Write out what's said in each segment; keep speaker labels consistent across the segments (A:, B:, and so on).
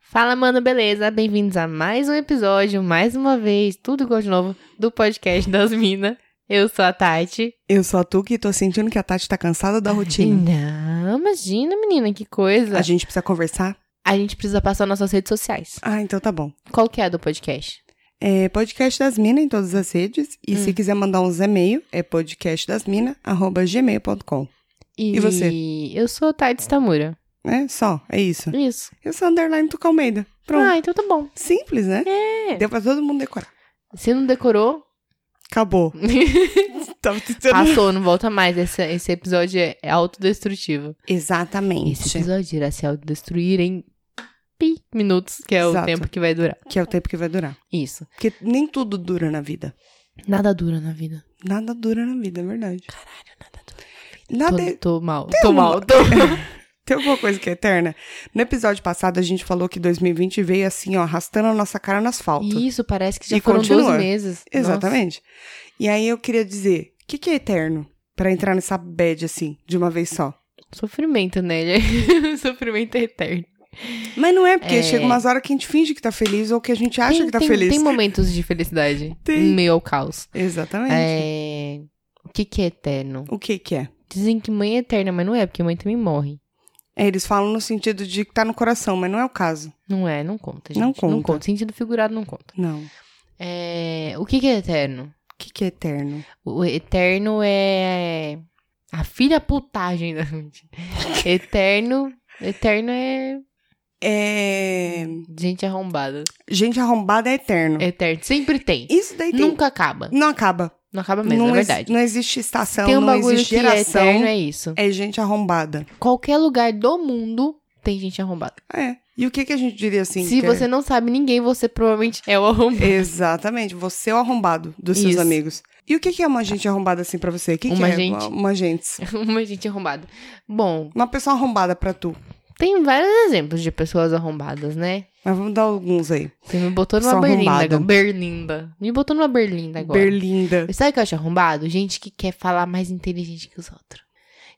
A: Fala, mano, beleza? Bem-vindos a mais um episódio, mais uma vez, tudo igual de novo, do podcast das Minas. Eu sou a Tati.
B: Eu sou a Tuca e tô sentindo que a Tati tá cansada da rotina.
A: Não, imagina, menina, que coisa.
B: A gente precisa conversar?
A: A gente precisa passar nossas redes sociais.
B: Ah, então tá bom.
A: Qual que é a do podcast?
B: É podcast das minas em todas as redes. E
A: Hum.
B: se quiser mandar uns e-mail, é podcastdasmina.gmail.com. E você?
A: Eu sou a Tati Stamura.
B: É só, é isso.
A: Isso.
B: Eu sou underline Tuca Almeida. Pronto.
A: Ah, então tá bom.
B: Simples, né?
A: É.
B: Deu pra todo mundo decorar.
A: Se não decorou,
B: Acabou. Tava tentando...
A: passou, não volta mais. Esse, esse episódio é, é autodestrutivo. Esse
B: Exatamente.
A: episódio irá se autodestruir em pi minutos, que é o
B: Exato.
A: tempo que vai durar.
B: Que é o tempo que vai durar.
A: Isso.
B: Porque nem tudo dura na vida.
A: Nada dura na vida.
B: Nada dura na vida, é verdade.
A: Caralho, nada dura.
B: Nada é-
A: Tô, tô mal. Tô
B: uma-
A: mal. Tô...
B: Tem alguma coisa que é eterna? No episódio passado, a gente falou que 2020 veio assim, ó, arrastando a nossa cara no asfalto.
A: Isso, parece que já
B: E
A: foram
B: continua.
A: 12 meses.
B: Exatamente. E aí eu queria dizer, o que, que é eterno? Pra entrar nessa bad, assim, de uma vez só.
A: Nossa, sofrimento, né? Ele é- sofrimento é eterno.
B: Mas não é, porque
A: É.
B: chega umas horas que a gente finge que tá feliz ou que a gente acha
A: tem,
B: que tá
A: tem-
B: feliz.
A: Tem momentos de felicidade.
B: Tem.
A: Em meio ao caos.
B: Exatamente.
A: É... O que que é eterno?
B: O que que é?
A: Dizem que mãe é eterna, mas não é, porque mãe também morre.
B: É, Eles falam no sentido de que tá no coração, mas não é o caso.
A: Não é, não conta, gente.
B: Não
A: Não
B: conta.
A: conta. Sentido figurado não conta.
B: Não. O
A: É... O que que é eterno?
B: que que é eterno?
A: O eterno é... A filha putagem da gente. Eterno... Eterno é
B: É...
A: gente arrombada.
B: Gente arrombada é eterno.
A: Eterno. Sempre tem.
B: Isso daí tem...
A: Nunca acaba.
B: Não acaba.
A: Não acaba mesmo,
B: não,
A: é
B: ex-
A: verdade.
B: não existe estação,
A: Tem um
B: não
A: bagulho
B: existe
A: que é
B: geração.
A: eterno, é isso.
B: é... gente arrombada.
A: Qualquer lugar do mundo tem gente arrombada.
B: É. E o que, que a gente diria assim?
A: Se
B: que-
A: você não sabe ninguém, você provavelmente é o arrombado.
B: Exatamente, você é o arrombado dos seus
A: Isso.
B: amigos. E o que, que é uma gente arrombada assim pra você? O que, que
A: Uma
B: é
A: gente.
B: uma, uma gente?
A: Uma gente arrombada. Bom,
B: Uma pessoa arrombada pra tu.
A: tem vários exemplos de pessoas arrombadas, né?
B: Mas vamos dar alguns aí.
A: Você me botou numa
B: Sou
A: berlinda
B: arrombada.
A: agora. Berlinda. Me botou numa berlinda agora.
B: Berlinda.
A: Sabe o que eu acho arrombado? Gente que quer falar mais inteligente que os outros.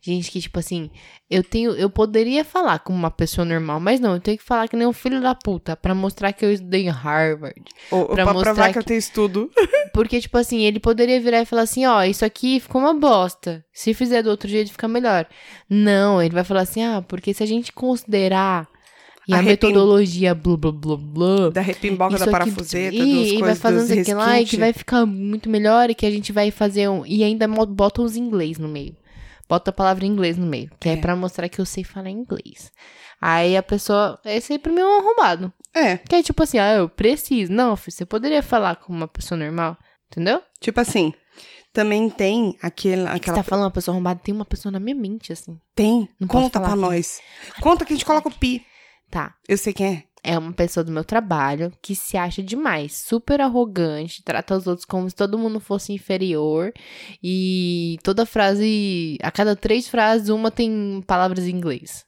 A: Gente que, tipo assim, eu tenho. Eu poderia falar como uma pessoa normal, mas não, eu tenho que falar que nem um filho da puta pra mostrar que eu estudei em Harvard.
B: Ou, ou
A: Pra
B: pra,
A: mostrar
B: provar que... eu
A: que-
B: tenho estudo.
A: Porque, tipo assim, ele poderia virar e falar assim, ó, isso aqui ficou uma bosta. Se fizer do outro jeito, fica melhor. Não, ele vai falar assim, ah, porque se a gente considerar e a
B: Arrepin-
A: metodologia blá blá blá blá.
B: Da repimboca,
A: isso
B: da
A: aqui-
B: parafuseta,
A: e,
B: dos
A: e vai
B: coisas,
A: fazendo
B: dos
A: isso aqui lá e que
B: resquintes.
A: vai ficar muito melhor e que a gente vai fazer um. E ainda mo- bota os inglês no meio. Bota a palavra em inglês no meio, que é,
B: É.
A: pra mostrar que eu sei falar inglês. Aí a pessoa. Esse aí pra mim é um arrombado.
B: É,
A: Que é tipo assim, ah, eu preciso. Não, filho, você poderia falar como uma pessoa normal, entendeu?
B: tipo assim, também tem aquele,
A: Você
B: aquela...
A: tá falando uma pessoa arrombada, tem uma pessoa na minha mente, assim.
B: Tem,
A: Não posso
B: conta
A: falar
B: pra
A: aqui.
B: nós. Conta que a gente coloca o pi.
A: Tá,
B: Eu sei quem é.
A: é uma pessoa do meu trabalho que se acha demais, super arrogante, trata os outros como se todo mundo fosse inferior. E toda frase, a cada três frases, uma tem palavras em inglês,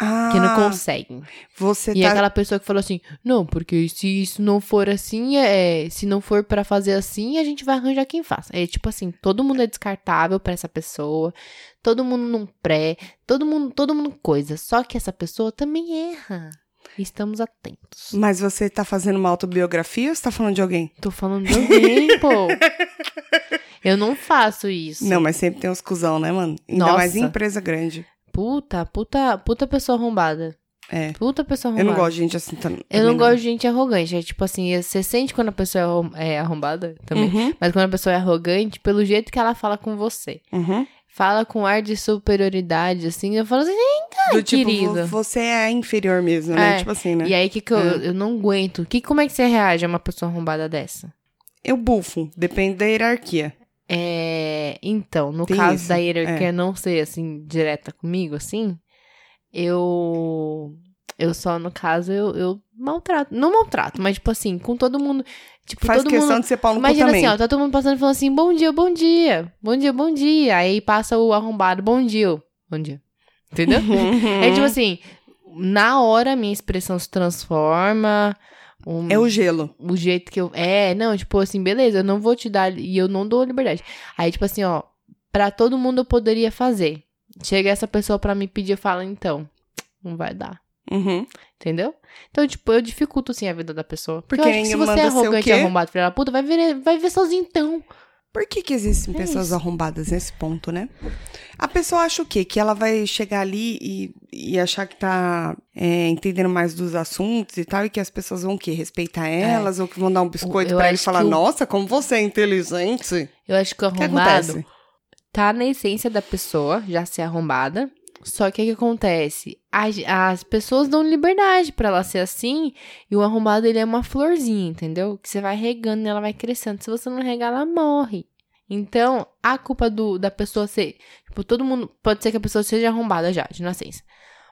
B: Ah,
A: que não conseguem.
B: você
A: E
B: tá...
A: aquela pessoa que falou assim, não, porque se isso não for assim, é, se não for pra fazer assim, a gente vai arranjar quem faça. É tipo assim, todo mundo é descartável pra essa pessoa, todo mundo não pré, todo mundo, todo mundo coisa. Só que essa pessoa também erra. Estamos atentos.
B: Mas você tá fazendo uma autobiografia ou você tá falando de alguém?
A: Tô falando de alguém, pô. Eu não faço isso.
B: Não, mas sempre tem uns cuzão, né, mano? Ainda
A: Nossa.
B: mais em empresa grande.
A: Puta, puta, puta pessoa arrombada.
B: É.
A: Puta pessoa
B: Eu
A: arrombada.
B: não gosto de gente assim. tam-
A: Eu
B: também
A: não gosto de gente arrogante. É tipo assim, você sente quando a pessoa é arrom- é arrombada também.
B: Uhum,
A: Mas quando a pessoa é arrogante, pelo jeito que ela fala com você.
B: uhum.
A: Fala com ar de superioridade, assim, eu falo assim,
B: Do tipo,
A: querido.
B: vo- você é inferior mesmo, né?
A: É.
B: Tipo assim, né?
A: e aí que, que eu,
B: Hum.
A: eu não aguento. Que, como é que você reage a uma pessoa arrombada dessa?
B: Eu bufo, depende da hierarquia.
A: É, então, no
B: Tem é.
A: caso
B: isso,
A: da hierarquia não ser assim, direta comigo, assim, eu. Eu só, no caso, eu, eu maltrato. Não maltrato, mas tipo assim, com todo mundo. Tipo,
B: Faz
A: todo
B: questão
A: mundo
B: de um ser pau no cu
A: Imagina
B: também.
A: assim, ó, tá todo mundo passando e falando assim, bom dia, bom dia, bom dia, bom dia. Aí passa o arrombado, bom dia, eu, bom dia. Entendeu? É tipo assim, na hora minha expressão se transforma, o,
B: É o gelo.
A: o jeito que eu... É, não, tipo assim, beleza, eu não vou te dar, e eu não dou liberdade. Aí tipo assim, ó, pra todo mundo eu poderia fazer. Chega essa pessoa pra me pedir, eu falo, então, não vai dar.
B: Uhum.
A: Entendeu? Então, tipo, eu dificulto, assim, a vida da pessoa. Porque,
B: Porque
A: eu acho que
B: aí
A: se você
B: manda
A: é
B: ser o
A: arrogante
B: quê?
A: e arrombado, filha da puta, vai ver, vai ver sozinho então.
B: Por que que existem
A: É
B: pessoas
A: isso.
B: arrombadas nesse ponto, né? A pessoa acha o quê? Que ela vai chegar ali e, e achar que tá é, entendendo mais dos assuntos e tal, e que as pessoas vão o quê? Respeitar elas, ou que vão dar um biscoito
A: É. Eu
B: pra ele e
A: acho
B: falar,
A: que o-
B: nossa, como você é inteligente.
A: Eu acho que o
B: O que
A: arrombado
B: acontece?
A: tá na essência da pessoa já ser arrombada. Só que o que acontece? As, as pessoas dão liberdade pra ela ser assim, e o arrombado ele é uma florzinha, entendeu? Que você vai regando e ela vai crescendo. Se você não regar, ela morre. Então, a culpa do, da pessoa ser. Tipo, todo mundo. Pode ser que a pessoa seja arrombada já, de nascença.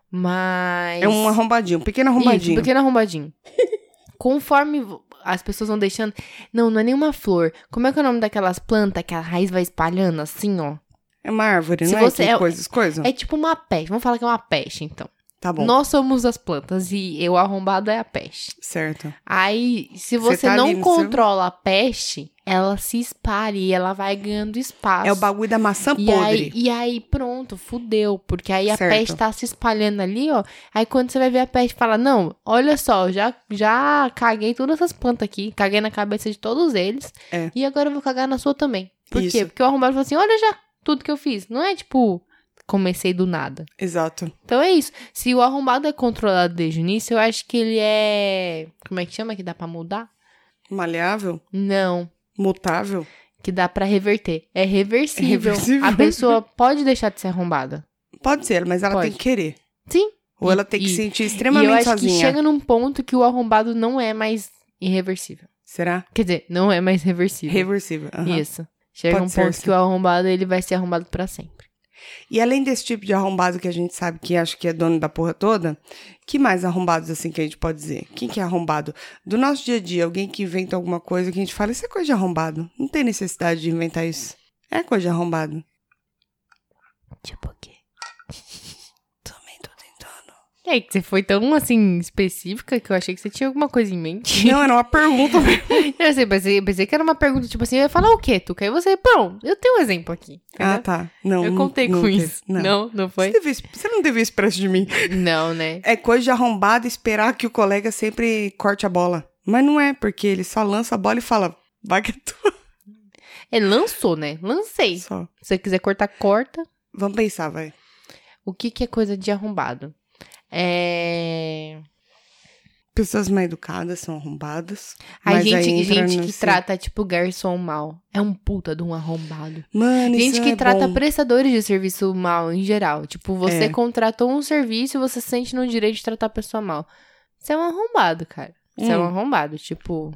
A: Mas.
B: É um arrombadinho, um pequeno arrombadinho.
A: Isso, pequeno arrombadinho. Conforme vo- as pessoas vão deixando. Não, não é nenhuma flor. Como é que é o nome daquelas plantas que a raiz vai espalhando assim, ó?
B: É uma árvore,
A: Se
B: não
A: você
B: é? Que
A: é-
B: coisas, coisas?
A: É tipo uma peste. Vamos falar que é uma peste, então.
B: Tá bom,
A: Nós somos as plantas e eu arrombado é a peste.
B: certo.
A: Aí, se
B: Você
A: você,
B: tá ali
A: não
B: no
A: controla a peste, ela se espalha e ela vai ganhando espaço.
B: É o bagulho da maçã
A: E aí,
B: podre.
A: e aí, pronto, fudeu. Porque aí a
B: Certo.
A: peste tá se espalhando ali, ó. Aí quando você vai ver a peste, fala: Não, olha só, eu já, já caguei todas essas plantas aqui. Caguei na cabeça de todos eles.
B: É.
A: E agora eu vou cagar na sua também. Por
B: Isso.
A: quê? Porque o arrombado falou assim: Olha já tudo que eu fiz. Não é tipo, comecei do nada.
B: Exato.
A: Então é isso. Se o arrombado é controlado desde o início, eu acho que ele é. Como é que chama? Que dá pra mudar?
B: Maleável,
A: Não.
B: mutável.
A: que dá pra reverter. É reversível.
B: É reversível.
A: A pessoa pode deixar de ser arrombada.
B: Pode ser, mas ela
A: Pode.
B: tem que querer.
A: Sim.
B: Ou
A: E-
B: ela tem que se
A: e-
B: sentir
A: e eu
B: extremamente
A: acho que
B: sozinha.
A: chega num ponto que o arrombado não é mais irreversível.
B: Será?
A: Quer dizer, não é mais reversível.
B: Reversível. aham.
A: Isso. Chega
B: Pode
A: num
B: ser
A: ponto
B: assim.
A: que o arrombado ele vai ser arrombado pra sempre.
B: E além desse tipo de arrombado que a gente sabe que acha que é dono da porra toda, que mais arrombados assim que a gente pode dizer? Quem que é arrombado? Do nosso dia a dia, alguém que inventa alguma coisa que a gente fala, isso é coisa de arrombado. Não tem necessidade de inventar isso. É coisa de arrombado.
A: Tipo o quê?
B: Também tô tentando.
A: E aí, que você foi tão assim específica que eu achei que você tinha alguma coisa em mente.
B: Não, era uma pergunta.
A: eu sei, pensei, pensei que era uma pergunta, tipo assim, eu ia falar o quê, Tuca? Aí você, bom, eu tenho um exemplo aqui.
B: ah,
A: entendeu?
B: tá. Não.
A: eu contei
B: não
A: com
B: teve.
A: isso. Não, não,
B: Você,
A: foi?
B: teve isso- você não teve isso preço de mim.
A: não, né?
B: É coisa de arrombado esperar que o colega sempre corte a bola. Mas não é, porque ele só lança a bola e fala, vai que é tua.
A: É, lançou, né? Lancei. Se
B: Só.
A: você quiser cortar, corta.
B: Vamos pensar, vai.
A: O que, que é coisa de arrombado? É.
B: Pessoas mal educadas são arrombadas.
A: A
B: mas aí
A: gente,
B: entra
A: gente que
B: nesse-
A: trata, tipo, garçom mal. É um puta de um arrombado.
B: Mano,
A: gente
B: isso
A: que
B: é
A: trata
B: bom.
A: prestadores de serviço mal, em geral. Tipo, você
B: É.
A: contratou um serviço e você se sente no direito de tratar a pessoa mal. Você é um arrombado, cara. Você é um
B: Hum.
A: arrombado. Tipo,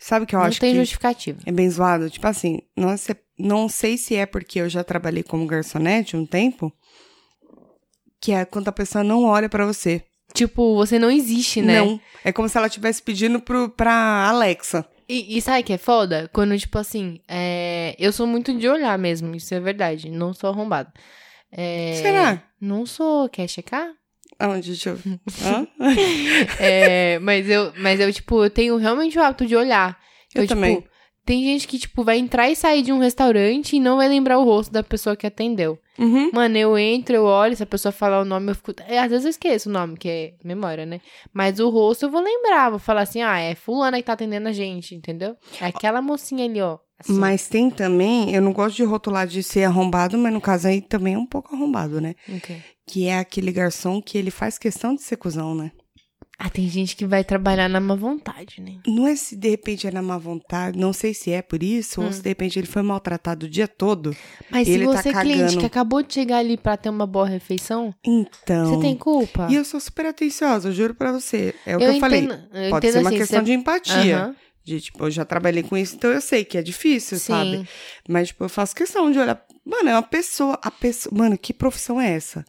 B: Sabe que eu
A: não
B: acho
A: tem
B: que
A: justificativa.
B: é bem zoado? Tipo assim, não, se- não sei se é porque eu já trabalhei como garçonete um tempo, que é quando a pessoa não olha pra você.
A: Tipo, você não existe, né?
B: Não. É como se ela estivesse pedindo pro, pra Alexa.
A: E, e sabe o que é foda? Quando, tipo assim, é, eu sou muito de olhar mesmo, isso é verdade. Não sou arrombada. É,
B: Será?
A: Não sou, quer checar?
B: Aonde? Deixa eu... Hã?
A: É, mas eu, mas eu, tipo, eu tenho realmente o hábito de olhar.
B: Eu também.
A: Tipo, tem gente que, tipo, vai entrar e sair de um restaurante e não vai lembrar o rosto da pessoa que atendeu.
B: Uhum.
A: Mano, eu entro, eu olho, se a pessoa falar o nome, eu fico. é, Às vezes eu esqueço o nome, que é memória, né? Mas o rosto eu vou lembrar, vou falar assim, ah, é fulana que tá atendendo a gente, entendeu? É aquela mocinha ali, ó. assim.
B: Mas tem também, eu não gosto de rotular de ser arrombado, mas no caso aí também é um pouco arrombado, né?
A: Ok.
B: Que é aquele garçom que ele faz questão de ser cuzão, né?
A: Ah, tem gente que vai trabalhar na má vontade, né?
B: Não é se de repente é na má vontade, não sei se é por isso, ou
A: Hum.
B: se de repente ele foi maltratado o dia todo.
A: Mas
B: Ele
A: se
B: tá
A: você é cliente
B: cagando.
A: que acabou de chegar ali pra ter uma boa refeição,
B: Então.
A: você tem culpa.
B: E eu sou super atenciosa, eu juro pra você. É o que eu falei.
A: eu assim,
B: Pode ser uma questão de empatia.
A: Aham,
B: De, tipo, eu já trabalhei com isso, então eu sei que é difícil, sabe?
A: sim.
B: Mas, tipo, eu faço questão de olhar. Mano, é uma pessoa. A pessoa. Mano, que profissão é essa?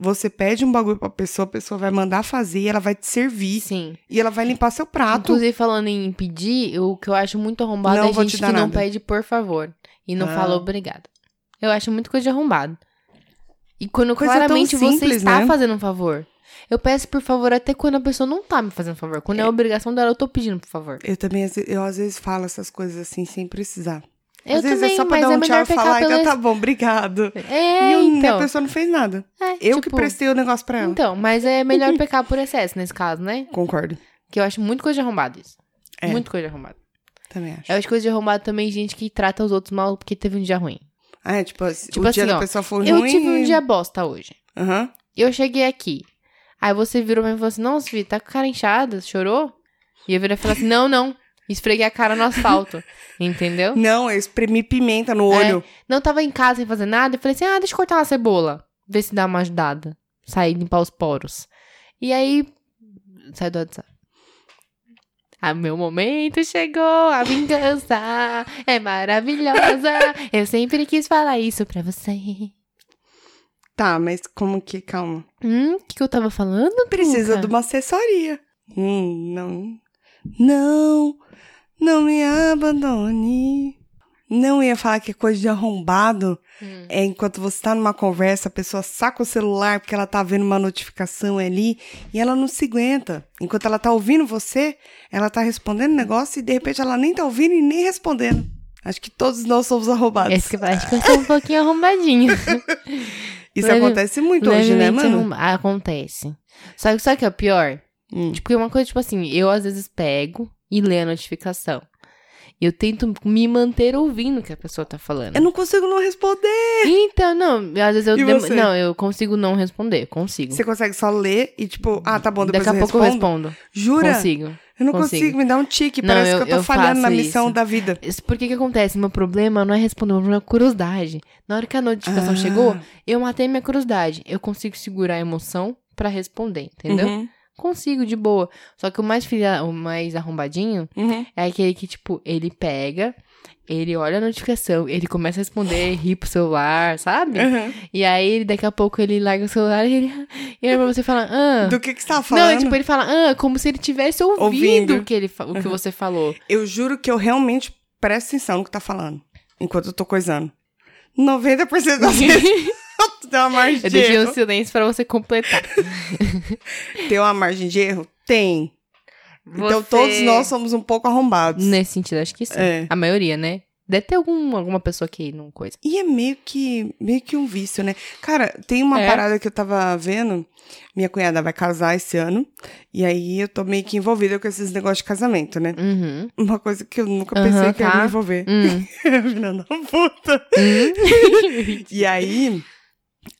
B: Você pede um bagulho pra pessoa, a pessoa vai mandar fazer e ela vai te servir.
A: Sim.
B: E ela vai limpar seu prato.
A: Inclusive, falando em pedir, o que eu acho muito arrombado
B: Não
A: é
B: vou
A: gente
B: te
A: que
B: dar
A: não
B: nada.
A: pede por favor e não
B: Ah.
A: fala obrigado. Eu acho muito coisa de arrombado. E quando
B: Coisa tão
A: claramente você
B: simples,
A: está
B: né?
A: fazendo um favor. Eu peço por favor até quando a pessoa não tá me fazendo favor. Quando é, obrigação dela, eu tô pedindo por favor.
B: Eu também, às ve- eu às vezes falo essas coisas assim, sem precisar.
A: Eu
B: Às vezes
A: também,
B: é só pra
A: mas
B: dar
A: é
B: um tchau
A: melhor
B: e
A: pecar
B: falar,
A: pela...
B: então tá bom, obrigado.
A: É,
B: e eu- a
A: então.
B: pessoa não fez nada.
A: É,
B: Eu que
A: tipo,
B: prestei o negócio pra ela.
A: Então, mas é melhor pecar por excesso nesse caso, né?
B: Concordo.
A: Que eu acho muito coisa de arrombado isso.
B: É.
A: Muito coisa de arrombado.
B: Também acho.
A: Eu acho coisa de arrombado também gente que trata os outros mal porque teve um dia ruim.
B: Ah, é, tipo,
A: Tipo
B: o dia
A: assim,
B: da
A: ó,
B: pessoa foi
A: Eu
B: ruim.
A: tive um
B: e-
A: dia bosta hoje.
B: Aham.
A: Eu cheguei aqui. Aí você virou pra mim e falou assim: Nossa, Vi, tá com a cara inchada? Chorou? E eu virei e falei assim: Não, não. Esfreguei a cara no asfalto. Entendeu?
B: Não, eu espremi pimenta no
A: É.
B: olho.
A: Não tava em casa sem fazer nada. Eu falei assim: Ah, deixa eu cortar uma cebola. Ver se dá uma ajudada. Sair, limpar os poros. E aí. Sai do WhatsApp. Ah, meu momento chegou, a vingança é maravilhosa. Eu sempre quis falar isso pra você.
B: Tá, mas como que, calma.
A: Hum, o que, que eu tava falando?
B: Precisa
A: Tuca?
B: de uma assessoria. Hum, não. Não, não me abandone. Não ia falar que é coisa de arrombado.
A: Hum.
B: É enquanto você tá numa conversa, a pessoa saca o celular porque ela tá vendo uma notificação ali e ela não se aguenta. Enquanto ela tá ouvindo você, ela tá respondendo o negócio e de repente ela nem tá ouvindo e nem respondendo. Acho que todos nós somos arrombados.
A: Esse que é eu acho que eu sou um pouquinho arrombadinha.
B: Isso
A: leve-
B: acontece muito hoje, né,
A: Levemente
B: mano?
A: arromba- Acontece. Só que sabe o que é o pior?
B: Hum.
A: Tipo, é uma coisa, tipo assim, eu às vezes pego e leio a notificação. E eu tento me manter ouvindo o que a pessoa tá falando.
B: Eu não consigo não responder.
A: Então, não, às vezes eu
B: É, né? E
A: demo-
B: você?
A: não, eu consigo não responder, consigo.
B: Você consegue só ler e tipo, ah, tá bom, depois
A: Daqui a
B: eu
A: pouco
B: respondo.
A: eu respondo.
B: Jura?
A: Consigo.
B: Eu não
A: consigo.
B: consigo. me dá um tique.
A: Não,
B: Parece
A: eu-
B: que eu tô
A: eu
B: falhando na
A: faço
B: missão
A: isso.
B: da vida.
A: Isso- Por que que acontece? Meu problema não é responder, meu problema é curiosidade. Na hora que a notificação
B: Ah.
A: chegou, eu matei minha curiosidade. Eu consigo segurar a emoção pra responder, entendeu?
B: Uhum,
A: Consigo, de boa. Só que o mais filha, o mais arrombadinho
B: uhum.
A: é aquele que, tipo, ele pega, ele olha a notificação, ele começa a responder, ri pro celular, sabe?
B: Uhum.
A: E aí, daqui a pouco, ele larga o celular e ele. E aí pra você fala, ah.
B: Do que que você tava
A: Não,
B: falando?
A: é tipo, ele fala, ah, como se ele tivesse ouvido,
B: Ouvindo.
A: O, que ele, fa- o que você falou.
B: Eu juro que eu realmente presto atenção no que tá falando. Enquanto eu tô coisando. 90% das vezes eu tenho uma margem
A: Eu
B: de
A: deixei um
B: erro.
A: silêncio pra você completar.
B: Tem uma margem de erro? Tem. Então
A: Você- Né.
B: todos nós somos um pouco arrombados.
A: Nesse sentido, acho que sim.
B: É.
A: A maioria, né? Deve ter algum, alguma pessoa que não coisa.
B: E é meio que, meio que um vício, né? Cara, tem uma
A: É.
B: parada que eu tava vendo. Minha cunhada vai casar esse ano. E aí eu tô meio que envolvida com esses negócios de casamento, né?
A: Uhum.
B: Uma coisa que eu nunca
A: Aham,
B: pensei que eu ia
A: tá.
B: me envolver.
A: Hum.
B: Filha da puta. E aí,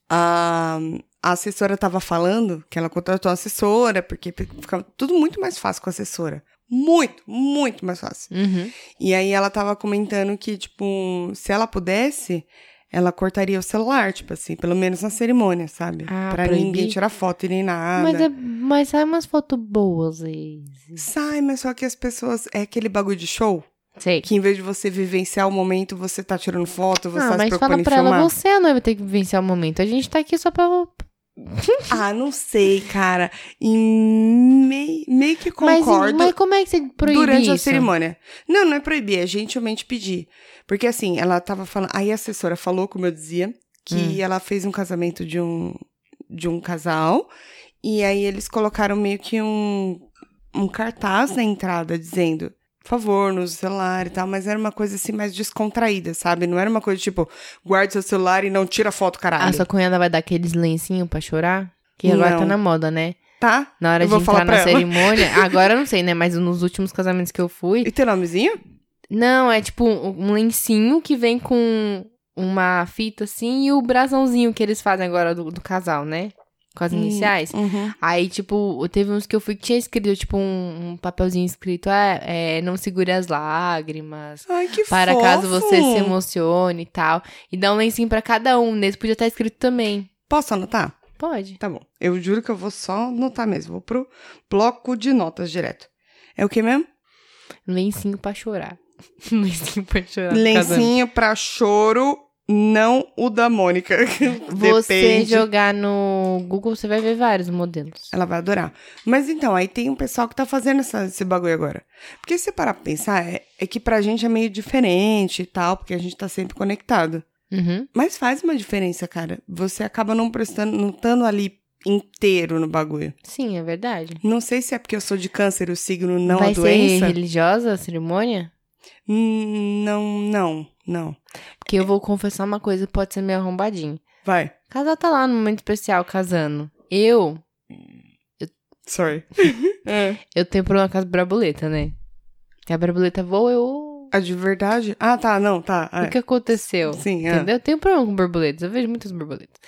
B: a, a assessora tava falando que ela contratou a assessora, porque ficava tudo muito mais fácil com a assessora. Muito, muito mais fácil.
A: Uhum.
B: E aí ela tava comentando que, tipo, se ela pudesse, ela cortaria o celular, tipo assim, pelo menos na cerimônia, sabe?
A: Ah,
B: pra
A: proibir?
B: ninguém tirar foto e nem nada.
A: Mas, é, mas sai umas fotos boas aí.
B: Sai, mas só que as pessoas. É aquele bagulho de show
A: Sei.
B: que em vez de você vivenciar o momento, você tá tirando foto, você
A: Ah,
B: tá se
A: mas
B: preocupando
A: fala
B: em
A: pra
B: filmar.
A: ela, você não vai ter que vivenciar o momento. A gente tá aqui só pra.
B: Ah, não sei, cara. E mei- meio que concordo.
A: Mas, mas como é que você proíbe
B: durante
A: isso?
B: a cerimônia. Não, não é proibir, é gentilmente pedir. Porque assim, ela tava falando. Aí a assessora falou, como eu dizia, que
A: Hum.
B: ela fez um casamento de um, de um casal. E aí eles colocaram meio que um, um cartaz na entrada dizendo. Por favor, no celular e tal, mas era uma coisa assim mais descontraída, sabe? Não era uma coisa tipo, guarde seu celular e não tira foto, caralho.
A: A sua cunhada vai dar aqueles lencinhos pra chorar? Que agora
B: Não.
A: tá na moda, né?
B: Tá?
A: Na hora
B: Eu
A: de
B: vou falar
A: entrar
B: pra
A: na
B: ela.
A: cerimônia. Agora eu não sei, né? Mas nos últimos casamentos que eu fui.
B: E teu nomezinho?
A: Não, é tipo um um lencinho que vem com uma fita assim e o brasãozinho que eles fazem agora do, do casal, né? Com as
B: Hum.
A: iniciais.
B: Uhum.
A: Aí, tipo, teve uns que eu fui que tinha escrito, tipo, um, um papelzinho escrito, "Ah, é, não segure as lágrimas.
B: Ai, que
A: Para
B: fofo.
A: caso você se emocione e tal. E dá um lencinho pra cada um. Nesse podia estar escrito também.
B: Posso anotar?
A: Pode.
B: Tá bom. Eu juro que eu vou só notar mesmo. Vou pro bloco de notas direto. É o que mesmo?
A: Tá, Lencinho pra chorar. lencinho pra chorar. no casamento.
B: Lencinho pra choro, não o da Mônica.
A: Você
B: Depende.
A: jogar no Google, você vai ver vários modelos.
B: Ela vai adorar. Mas então, aí tem um pessoal que tá fazendo essa- esse bagulho agora. Porque se você parar pra pensar, é, é que pra gente é meio diferente e tal, porque a gente tá sempre conectado.
A: Uhum.
B: Mas faz uma diferença, cara. Você acaba não prestando, não estando ali inteiro no bagulho.
A: Sim, é verdade.
B: Não sei se é porque eu sou de câncer, o signo não
A: vai
B: a
A: ser
B: doença.
A: religiosa a cerimônia?
B: Hum, Não, não, não.
A: Porque eu vou confessar uma coisa, pode ser meio arrombadinho.
B: Vai.
A: O casal tá lá no momento especial, casando. Eu,
B: Sorry. É.
A: eu tenho problema com as brabuletas, né? Que a braboleta voa, eu...
B: A de verdade? Ah, tá, não, tá.
A: O que aconteceu?
B: Sim, é.
A: Entendeu? Eu tenho problema com borboletas. Eu vejo muitas borboletas.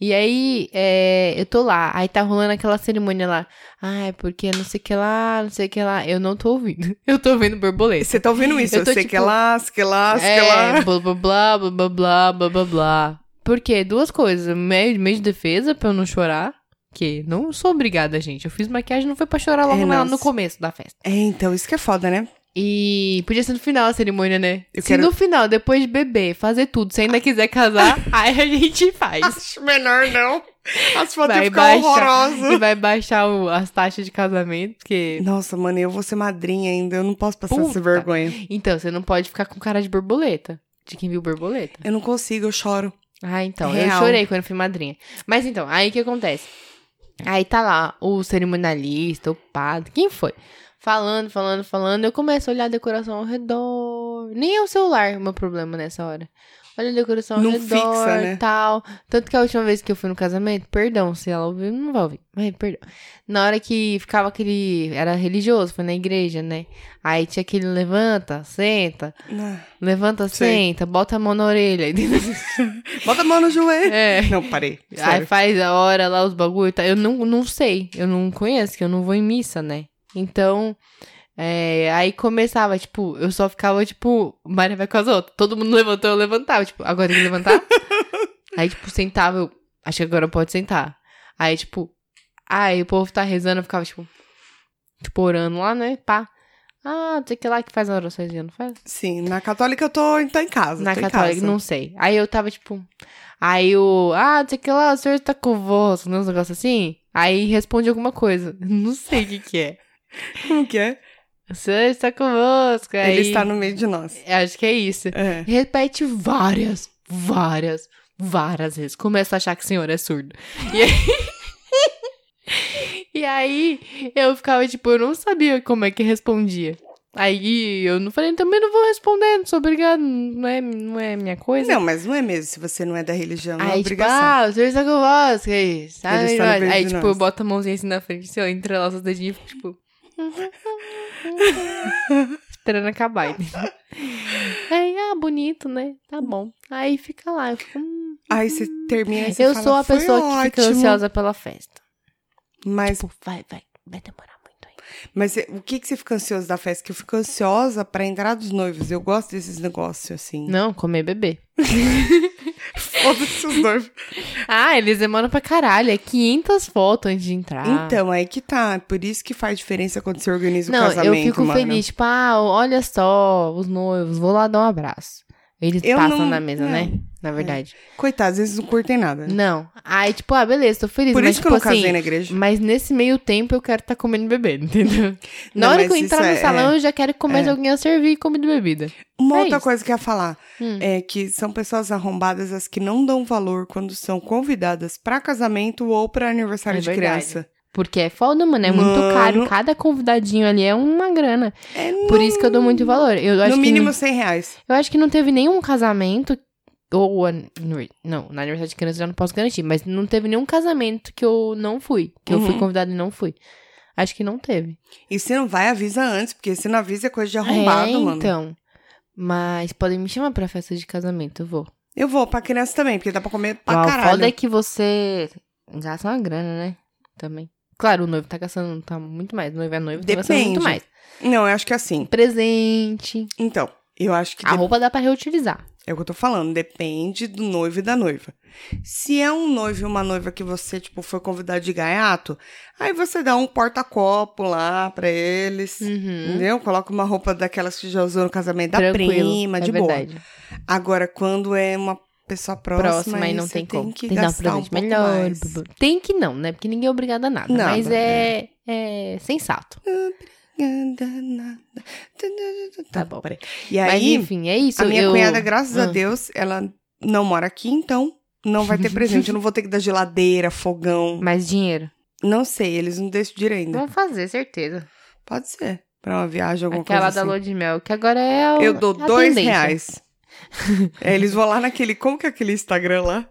A: E aí, é, eu tô lá. Aí tá rolando aquela cerimônia lá. Ai, porque não sei o que lá, não sei o que lá. Eu não tô ouvindo. Eu tô ouvindo borboleta.
B: Você tá ouvindo isso?
A: Eu
B: Eu
A: tô,
B: sei que é
A: tipo,
B: lá, sei que é lá, sei que é
A: É,
B: lá.
A: blá, blá, blá, blá, blá, blá, blá, blá, blá. Por quê? Duas coisas. Meio, meio de defesa, pra eu não chorar. Que não sou obrigada, gente. Eu fiz maquiagem, não foi pra chorar logo
B: É,
A: na-
B: não.
A: no começo da festa.
B: É, então, isso que é foda, né?
A: E podia ser no final a cerimônia, né?
B: Eu
A: Se
B: quero-
A: no final, depois de beber, fazer tudo, se ainda quiser casar, aí a gente faz.
B: Acho melhor não. As fotos
A: Vai
B: ficam
A: baixar. E
B: horrorosas.
A: vai baixar o- as taxas de casamento, porque.
B: Nossa, mano, eu vou ser madrinha ainda. Eu não posso passar
A: Puta.
B: essa vergonha.
A: Então, você não pode ficar com cara de borboleta. De quem viu borboleta.
B: Eu não consigo, eu choro.
A: Ah, então. Eu
B: Real.
A: chorei quando fui madrinha. Mas então, aí o que acontece? Aí tá lá o cerimonialista, o padre, quem foi? Falando, falando, falando. Eu começo a olhar a decoração ao redor. Nem é o celular o meu problema nessa hora. Olha a decoração ao
B: Não
A: redor
B: fixa, né?
A: tal. Tanto que a última vez que eu fui no casamento, perdão, se ela ouvir, não vai ouvir. Mas perdão. Na hora que ficava aquele. Era religioso, foi na igreja, né? Aí tinha aquele levanta, senta,
B: Ah.
A: levanta,
B: Sei.
A: senta, bota a mão na orelha. entendeu?
B: Bota a mão no joelho.
A: É.
B: Não, parei.
A: Aí
B: Sério.
A: faz a hora lá, os bagulho e tal. Eu não, não sei, eu não conheço, que eu não vou em missa, né? Então, é, aí começava, tipo, eu só ficava, tipo, Maria vai com as outras. Todo mundo levantou, eu levantava, tipo, agora tem que levantar? aí, tipo, sentava, eu, acho que agora pode sentar. Aí, tipo, aí o povo tá rezando, eu ficava, tipo, tipo, orando lá, né? Pá. Ah, não sei o que lá que faz as orações, não faz?
B: Sim, na católica eu tô, tô em casa.
A: Na
B: tô em
A: católica,
B: casa.
A: não sei. Aí eu tava tipo. Aí o. Ah, não sei o que lá, o senhor tá com voz, né? Uns negócios assim. Aí responde alguma coisa. Não sei o que que é.
B: Como que é?
A: O senhor está convosco. É Aí,
B: Ele está no meio de nós.
A: Acho que é isso.
B: É.
A: Repete várias, várias, várias vezes. Começa a achar que o senhor é surdo. E aí... e aí eu ficava tipo, eu não sabia como é que respondia. Aí eu não falei, também não vou responder, não sou obrigado, não é, não é minha coisa.
B: Não, mas não é mesmo se você não é da religião, não é
A: Aí, tipo,
B: obrigação.
A: ah, o senhor está com voz, que é isso?
B: Ele
A: Sabe?
B: está no
A: Aí,
B: meio de
A: tipo,
B: nós.
A: eu boto a mãozinha assim na frente, assim, ó, entrelaça os dedinhos e fico, tipo... Esperando acabar, entendeu? Aí, ah, bonito, né? Tá bom. Aí fica lá, eu fico... hum.
B: Aí você termina e você
A: eu
B: fala,
A: sou a
B: "Foi
A: pessoa que fica
B: ótimo",
A: ansiosa pela festa.
B: Mas,
A: Tipo, vai, vai, vai demorar muito ainda.
B: mas você- o que, que você fica ansioso da festa? Que eu fico ansiosa pra entrar dos noivos. Eu gosto desses negócios, assim.
A: Não, comer bebê.
B: Foda-se os noivos.
A: Ah, eles demoram pra caralho, é 500 fotos antes de entrar.
B: Então, aí que tá. Por isso que faz diferença quando você organiza o
A: Não,
B: casamento,
A: eu fico
B: mano.
A: feliz, tipo, ah, olha só, os noivos, vou lá dar um abraço. Eles
B: Eu
A: passam
B: não- é,
A: na mesa,
B: não.
A: né? Na verdade.
B: Coitado, às vezes não curtem nada.
A: Não. Aí, tipo, ah, beleza, tô feliz.
B: É. Por
A: mas,
B: isso que
A: tipo,
B: eu não
A: assim,
B: casei na igreja.
A: Mas nesse meio tempo eu quero estar comendo e bebendo, entendeu? Na
B: Não,
A: hora que
B: mas
A: eu entrar
B: isso
A: no
B: é-
A: salão, eu já quero comer alguém a servir comida e bebida.
B: Uma
A: É
B: outra
A: isso.
B: coisa que eu ia falar
A: Hum.
B: é que são pessoas arrombadas as que não dão valor quando são convidadas pra casamento ou pra aniversário
A: É
B: de
A: verdade.
B: criança.
A: Porque é foda, mano. É muito
B: Mano.
A: caro. Cada convidadinho ali é uma grana.
B: É,
A: Por isso que eu dou muito valor. Eu acho
B: no
A: que
B: mínimo 100 reais.
A: Eu acho que não teve nenhum casamento. Ou. an- Não, na aniversário de criança eu já não posso garantir, mas não teve nenhum casamento que eu não fui. Que eu fui
B: Uhum.
A: convidada e não fui. Acho que não teve.
B: E se não vai, avisa antes, porque se não avisa é coisa de arrombado,
A: é,
B: mano.
A: então. Mas podem me chamar pra festa de casamento, eu vou.
B: Eu vou pra criança também, porque dá pra comer pra
A: Uau,
B: caralho.
A: foda é que você gasta uma grana, né? Também. Claro, o noivo tá gastando tá muito mais. O noivo é noivo, tá gastando muito
B: Depende.
A: mais.
B: Não, eu acho que é assim.
A: Presente.
B: Então, eu acho que
A: A roupa dá pra reutilizar.
B: É o que eu tô falando, depende do noivo e da noiva. Se é um noivo e uma noiva que você, tipo, foi convidado de gaiato, aí você dá um porta-copo lá pra eles,
A: Uhum.
B: entendeu? Coloca uma roupa daquelas que já usou no casamento da
A: Tranquilo,
B: prima,
A: é
B: de boa.
A: verdade.
B: Agora, quando é uma pessoa próxima,
A: próxima
B: aí
A: e não
B: você
A: tem como.
B: que
A: que dar um
B: gastar
A: presente
B: pouco
A: melhor.
B: mais.
A: blá, blá. Tem que não, né? Porque ninguém é obrigado a nada.
B: Nada, né?
A: mas é, é sensato. Tá bom.
B: Peraí. E
A: mas
B: aí,
A: enfim, é isso.
B: a minha
A: eu...
B: cunhada, graças a
A: Ah.
B: Deus, ela não mora aqui, então não vai ter presente. eu não vou ter que dar geladeira, fogão.
A: Mais dinheiro. Ah.
B: Não sei, eles não decidiram ainda.
A: Vamos fazer, certeza.
B: Pode ser. Pra uma viagem, alguma
A: Aquela
B: coisa
A: da
B: assim.
A: lua de mel, que agora é o,
B: Eu dou
A: é a
B: dois
A: tendência.
B: reais. É, eles vão lá naquele. Como que é aquele Instagram lá?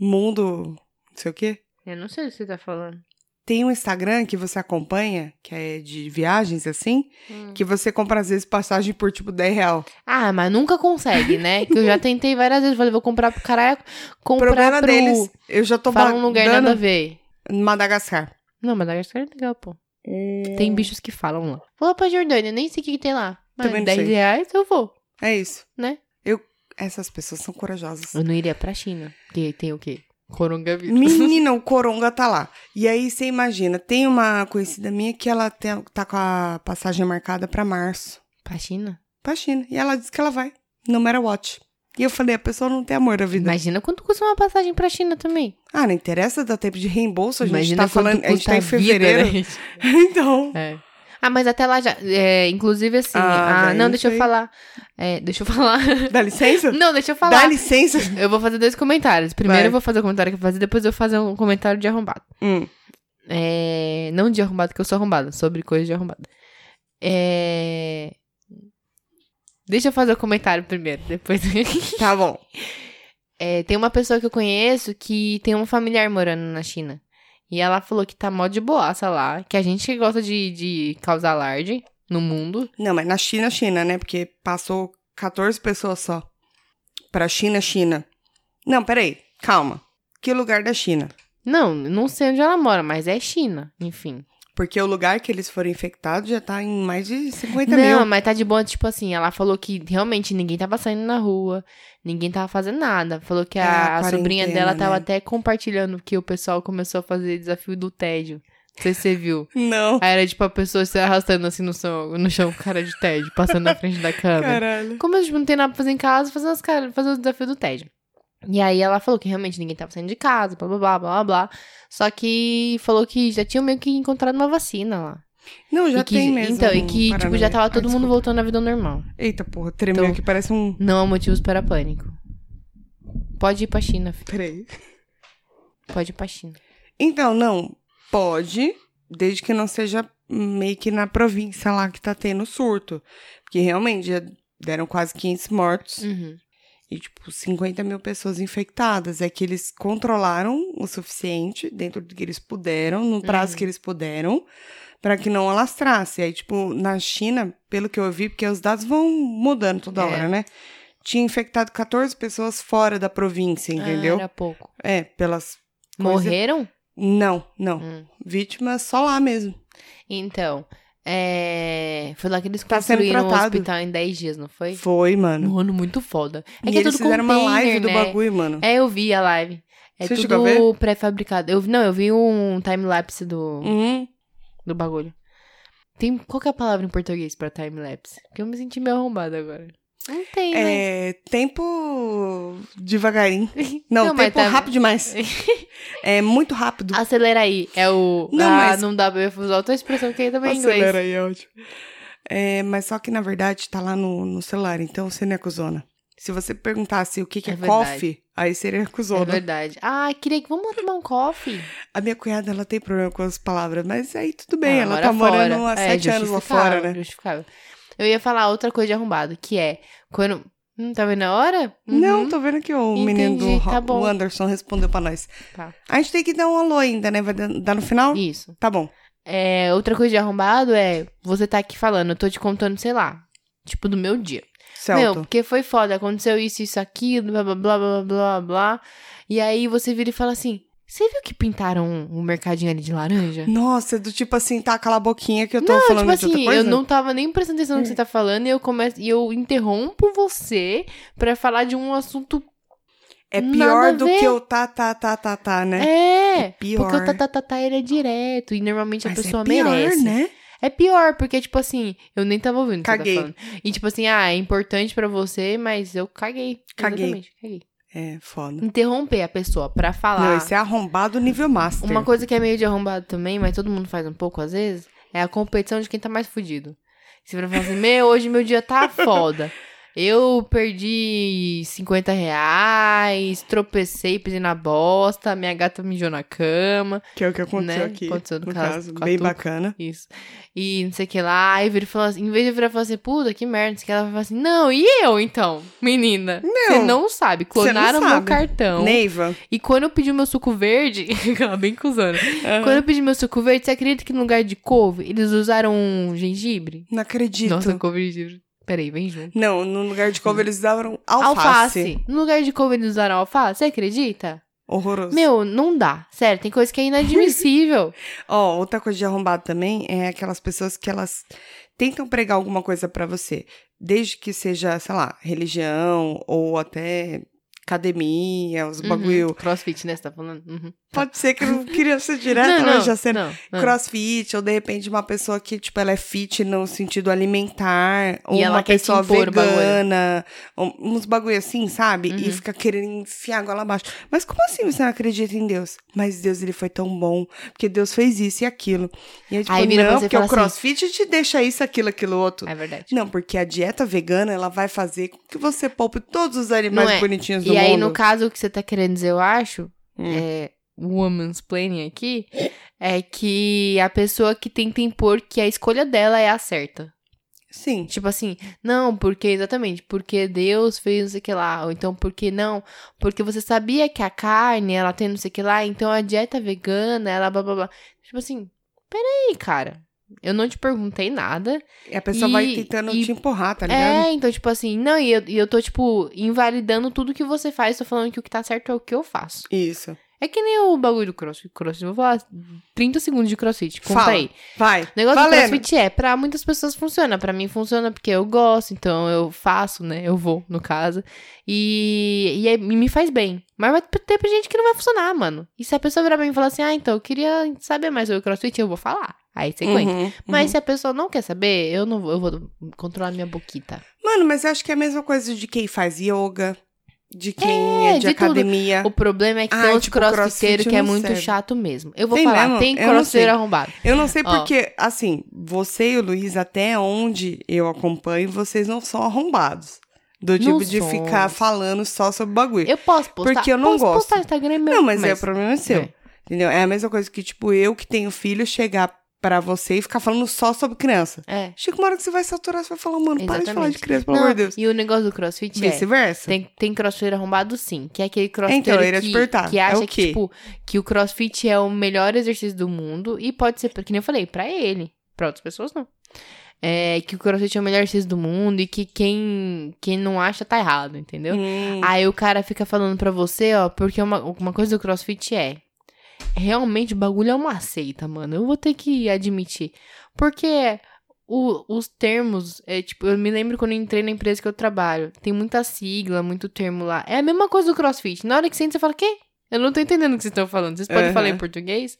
B: Mundo. Não sei o quê.
A: Eu não sei o que você tá falando.
B: Tem um Instagram que você acompanha, que é de viagens assim,
A: Hum.
B: que você compra às vezes passagem por tipo 10 real.
A: Ah, mas nunca consegue, né? Que eu já tentei várias vezes. Falei, vou comprar pro caralho.
B: O
A: Comprar
B: problema
A: pro...
B: deles, eu já tô
A: Fala um lugar
B: dando
A: nada a ver.
B: Madagascar.
A: Não, Madagascar é legal, pô. Tem bichos que falam lá. Vou lá pra Jordânia, nem sei o que, que tem lá. Mas
B: É. Também não
A: 10
B: sei.
A: reais eu vou.
B: É isso.
A: Né? Uhum.
B: Eu... Essas pessoas são corajosas.
A: Eu não iria pra China. Porque tem o quê? Coronavírus.
B: Menina, o Coronga tá lá. E aí você imagina, tem uma conhecida minha que ela tem- tá com a passagem marcada pra março,
A: Pra China?
B: pra China. E ela disse que ela vai, no matter what. E eu falei, a pessoa não tem amor da vida.
A: Imagina quanto custa uma passagem pra China também.
B: Ah, não interessa, dá tempo de reembolso, a gente
A: Imagina
B: tá
A: quanto
B: falando, a gente
A: custa
B: tá em
A: vida,
B: fevereiro.
A: né?
B: então,
A: É. Ah, mas até lá já. é, inclusive assim.
B: Ah,
A: Ah,
B: daí
A: não,
B: não
A: deixa eu
B: sei.
A: falar. É, deixa eu falar.
B: dá licença?
A: não, deixa eu
B: dá
A: falar.
B: licença.
A: Eu vou fazer dois comentários. Primeiro
B: Vai.
A: eu vou fazer o comentário que eu vou fazer, depois eu vou fazer um comentário de arrombado.
B: Hum,
A: É, não de arrombado, que eu sou arrombada, sobre coisa de arrombada. É, Deixa eu fazer o comentário primeiro, depois.
B: tá bom.
A: É, tem uma pessoa que eu conheço que tem um familiar morando na China. E ela falou que tá mó de boaça lá, que a gente que gosta de, de causar alarde no mundo.
B: Não, mas na China, China, né? Porque passou 14 pessoas só. Pra China, China. Não, peraí, calma. Que lugar da China?
A: Não, não sei onde ela mora, mas é China, enfim.
B: Porque o lugar que eles foram infectados já tá em mais de 50
A: não,
B: mil.
A: mas tá de boa, tipo assim, ela falou que realmente ninguém tava saindo na rua, ninguém tava fazendo nada. Falou que
B: Ah,
A: a, sobrinha
B: quarentena,
A: dela tava
B: né?
A: até compartilhando que o pessoal começou a fazer desafio do tédio. Não sei se você viu.
B: Não,
A: Aí era tipo a pessoa se arrastando assim no chão, no chão com cara de tédio, passando na frente da câmera.
B: caralho.
A: Como eu tipo, não tenho nada pra fazer em casa, fazer, as caras, fazer o desafio do tédio. E aí ela falou que realmente ninguém tava saindo de casa, blá blá blá blá blá. Só que falou que já tinham meio que encontrado uma vacina lá.
B: Não, já
A: e que,
B: tem mesmo.
A: Então, e que, tipo,
B: Paranauê.
A: já tava
B: Ah,
A: todo mundo
B: desculpa.
A: voltando à vida normal.
B: Eita, porra, tremeu
A: Então-
B: aqui, parece um...
A: Não há motivos para pânico. Pode ir pra China, filho.
B: Peraí.
A: Pode ir pra China.
B: Então, não, pode, desde que não seja meio que na província lá que tá tendo surto. Porque realmente já deram quase 500 mortos.
A: Uhum.
B: E, tipo, 50 mil pessoas infectadas. É que eles controlaram o suficiente, dentro do que eles puderam, no prazo
A: Uhum.
B: que eles puderam, para que não alastrasse. Aí, tipo, na China, pelo que eu vi, porque os dados vão mudando toda
A: É.
B: hora, né? Tinha infectado 14 pessoas fora da província, entendeu?
A: Ah, era pouco.
B: É, pelas. Coisa-
A: Morreram?
B: Não, não.
A: Hum.
B: Vítimas só lá mesmo.
A: Então, é... foi lá que eles
B: Tá sendo
A: construíram o
B: tratado.
A: hospital em 10 dias, não foi?
B: Foi, mano.
A: Mano, muito foda. É
B: e
A: que é
B: eles
A: tudo
B: fizeram uma live
A: container,
B: do
A: né?
B: bagulho, mano.
A: É, eu vi a live. É
B: Você chegou a
A: tudo pré-fabricado. Eu, vi- não, eu vi um time-lapse do,
B: Uhum.
A: do bagulho. Tem, qual que é a palavra em português pra time-lapse? Porque eu me senti meio arrombada agora. Não tem, né?
B: É, tempo devagarinho. Não,
A: Não, mas
B: tempo
A: tá-
B: rápido demais. é muito rápido.
A: Acelera aí. É o.
B: Não,
A: ah,
B: mas-
A: não dá pra eu usar outra expressão que aí também é inglês.
B: Acelera aí, é ótimo. É, mas só que na verdade tá lá no, no celular, então você não é cuzona. Se você perguntasse o que, que é,
A: É verdade.
B: coffee, aí seria
A: É
B: cuzona.
A: verdade. Ah, queria que. Vamos lá tomar um coffee.
B: a minha cunhada, ela tem problema com as palavras, mas aí tudo bem,
A: Ah,
B: ela
A: mora
B: tá morando
A: fora.
B: há
A: É,
B: sete anos lá fora,
A: justificável,
B: né?
A: Justificável. Eu ia falar outra coisa de arrombado, que é quando. Hum, tá vendo a hora?
B: Não,
A: Uhum.
B: tô vendo que o menino do
A: Entendi,
B: Ro-
A: tá bom.
B: o Anderson respondeu pra nós.
A: Tá.
B: A gente tem que dar um alô ainda, né? Vai dar dar no final?
A: Isso.
B: Tá bom.
A: É, outra coisa de arrombado é você tá aqui falando, eu tô te contando, sei lá, tipo do meu dia. Meu,
B: Celto.
A: porque foi foda, aconteceu isso, isso, aquilo, blá, blá, blá, blá, blá, blá, blá. E aí você vira e fala assim, você viu que pintaram um, um mercadinho ali de laranja?
B: Nossa, do tipo assim, tá cala a boquinha que eu tô falando
A: tipo
B: de outra
A: assim,
B: coisa.
A: eu não tava nem prestando atenção no que você tá falando e eu começo e eu interrompo você pra falar de um assunto
B: É
A: Nada
B: pior
A: a
B: do
A: ver.
B: que o tá, tá, tá, tá, tá, né?
A: é,
B: pior.
A: porque o tatatatá ele é direto e normalmente a
B: Mas
A: pessoa
B: é pior,
A: merece.
B: né?
A: É pior, porque, tipo assim, eu nem tava ouvindo o que
B: Caguei.
A: você tá falando. E, tipo assim, ah, é importante pra você, mas eu caguei.
B: Caguei.
A: Exatamente, caguei.
B: É, foda.
A: Interromper a pessoa pra falar.
B: Não, isso é arrombado nível master.
A: Uma coisa que é meio de arrombado também, mas todo mundo faz um pouco às vezes, é a competição de quem tá mais fudido. Você vai falar assim, meu, hoje meu dia tá foda. Eu perdi 50 reais, tropecei, pisei na bosta, minha gata mijou na cama.
B: Que é o que aconteceu
A: Né?
B: aqui.
A: Aconteceu no
B: no
A: caso
B: caso,
A: com a
B: bem
A: Tuca.
B: bacana.
A: Isso. E não sei o que lá. Aí vira e fala assim, em vez de virar e falar assim, puta, que merda, não sei o que, ela vai falar assim, não, e eu então, menina? Você não sabe, clonaram
B: não
A: meu
B: sabe.
A: cartão.
B: Neiva.
A: E quando eu pedi o meu suco verde, ela bem cuzona. Quando eu pedi meu suco verde, você acredita que no lugar de couve, eles usaram gengibre?
B: Não acredito.
A: Nossa, couve e gengibre. Peraí, vem junto.
B: Não, no lugar de couve eles usavam alface.
A: Alface. No lugar de couve, eles usaram alface, você acredita?
B: Horroroso.
A: Meu, não dá. Sério, tem coisa que é inadmissível.
B: Ó, outra coisa de arrombado também é aquelas pessoas que elas tentam pregar alguma coisa pra você, desde que seja, sei lá, religião ou até academia, os
A: Uhum.
B: bagulho.
A: Crossfit, né? Você tá falando? Uhum.
B: Pode ser que não queria ser direto,
A: não, não,
B: mas Né, já sendo
A: não, não.
B: crossfit, ou de repente uma pessoa que, tipo, ela é fit no sentido alimentar, ou
A: E ela
B: uma
A: quer te
B: pessoa
A: impor o bagulho.
B: vegana, ou uns bagulho assim, sabe?
A: Uhum.
B: E fica querendo enfiar a goela abaixo. Mas como assim você não acredita em Deus? Mas Deus, ele foi tão bom, porque Deus fez isso e aquilo. E aí, tipo,
A: Aí vira pra
B: não,
A: você e
B: porque o
A: fala assim,
B: crossfit te deixa isso, aquilo, aquilo, outro.
A: É verdade.
B: Não, porque a dieta vegana, ela vai fazer com que você poupe todos os animais
A: Não é.
B: bonitinhos do
A: E
B: mundo.
A: aí, no caso, o que você tá querendo dizer, eu acho,
B: Hum.
A: é, woman's planning aqui, é que a pessoa que tenta impor que a escolha dela é a certa.
B: Sim.
A: Tipo assim, não, porque exatamente, porque Deus fez não sei o que lá, ou então porque não, porque você sabia que a carne, ela tem não sei o que lá, então a dieta vegana, ela blá blá blá. Tipo assim, peraí, cara, eu não te perguntei nada,
B: E a pessoa
A: E-
B: vai tentando
A: e-
B: te empurrar, tá ligado?
A: é, então, tipo assim, não, e eu, e eu tô, tipo, invalidando tudo que você faz, tô falando que o que tá certo é o que eu faço.
B: Isso.
A: É que nem o bagulho do crossfit. crossfit vou falar 30 segundos de crossfit, conta
B: Fala.
A: aí.
B: Vai.
A: O negócio do
B: Valendo.
A: crossfit é, pra muitas pessoas funciona, pra mim funciona porque eu gosto, então eu faço, né, eu vou, no caso, e, e, é- e me faz bem. Mas vai ter pra gente que não vai funcionar, mano. E se a pessoa virar pra mim e falar assim, ah, então eu queria saber mais sobre o crossfit, eu vou falar. Aí você aguenta.
B: Uhum,
A: Mas se a pessoa não quer saber, eu não vou, eu vou controlar minha boquita.
B: Mano, mas eu acho que é a mesma coisa de quem faz yoga, de quem
A: É,
B: é, de,
A: de tudo.
B: academia.
A: O problema é que
B: Ai,
A: tem uns
B: tipo,
A: crossfiteiros
B: crossfit
A: que é
B: não
A: muito
B: serve.
A: chato mesmo. Eu vou
B: Tem
A: falar,
B: mesmo?
A: tem
B: Eu não sei.
A: crossfiteiro arrombado.
B: Eu não sei
A: Ó.
B: porque, assim, você e o Luiz, até onde eu acompanho, vocês não são arrombados. Do tipo
A: Não
B: de
A: somos.
B: ficar falando só sobre bagulho.
A: Eu posso postar.
B: Porque eu não
A: posso
B: gosto.
A: postar no Instagram é meu.
B: não, mas, é o problema é seu.
A: É.
B: Entendeu? É a mesma coisa que, tipo, eu que tenho filho chegar pra você e ficar falando só sobre criança.
A: É.
B: Chega uma hora que você vai saturar, você vai falar, mano, para de falar de
A: Exatamente.
B: criança, pelo
A: Não,
B: amor de Deus.
A: E o negócio do crossfit é...
B: Vice-versa.
A: Tem, tem crossfiteiro arrombado sim, que é aquele crossfiteiro
B: Então, eu ia te
A: que,
B: perguntar,
A: que
B: é
A: acha que,
B: o quê?
A: tipo, que o crossfit é o melhor exercício do mundo e pode ser, que nem eu falei, pra ele, pra outras pessoas não. É, que o crossfit é o melhor exercício do mundo e que quem, quem não acha tá errado, entendeu?
B: Hum,
A: Aí o cara fica falando pra você, ó, porque uma, uma coisa do crossfit é. Realmente o bagulho é uma seita, mano. Eu vou ter que admitir. Porque o- os termos, é tipo, eu me lembro quando eu entrei na empresa que eu trabalho. Tem muita sigla, muito termo lá. É a mesma coisa do crossfit. Na hora que você entra, você fala, quê? Eu não tô entendendo o que vocês estão falando. Vocês podem
B: Aham.
A: falar em português?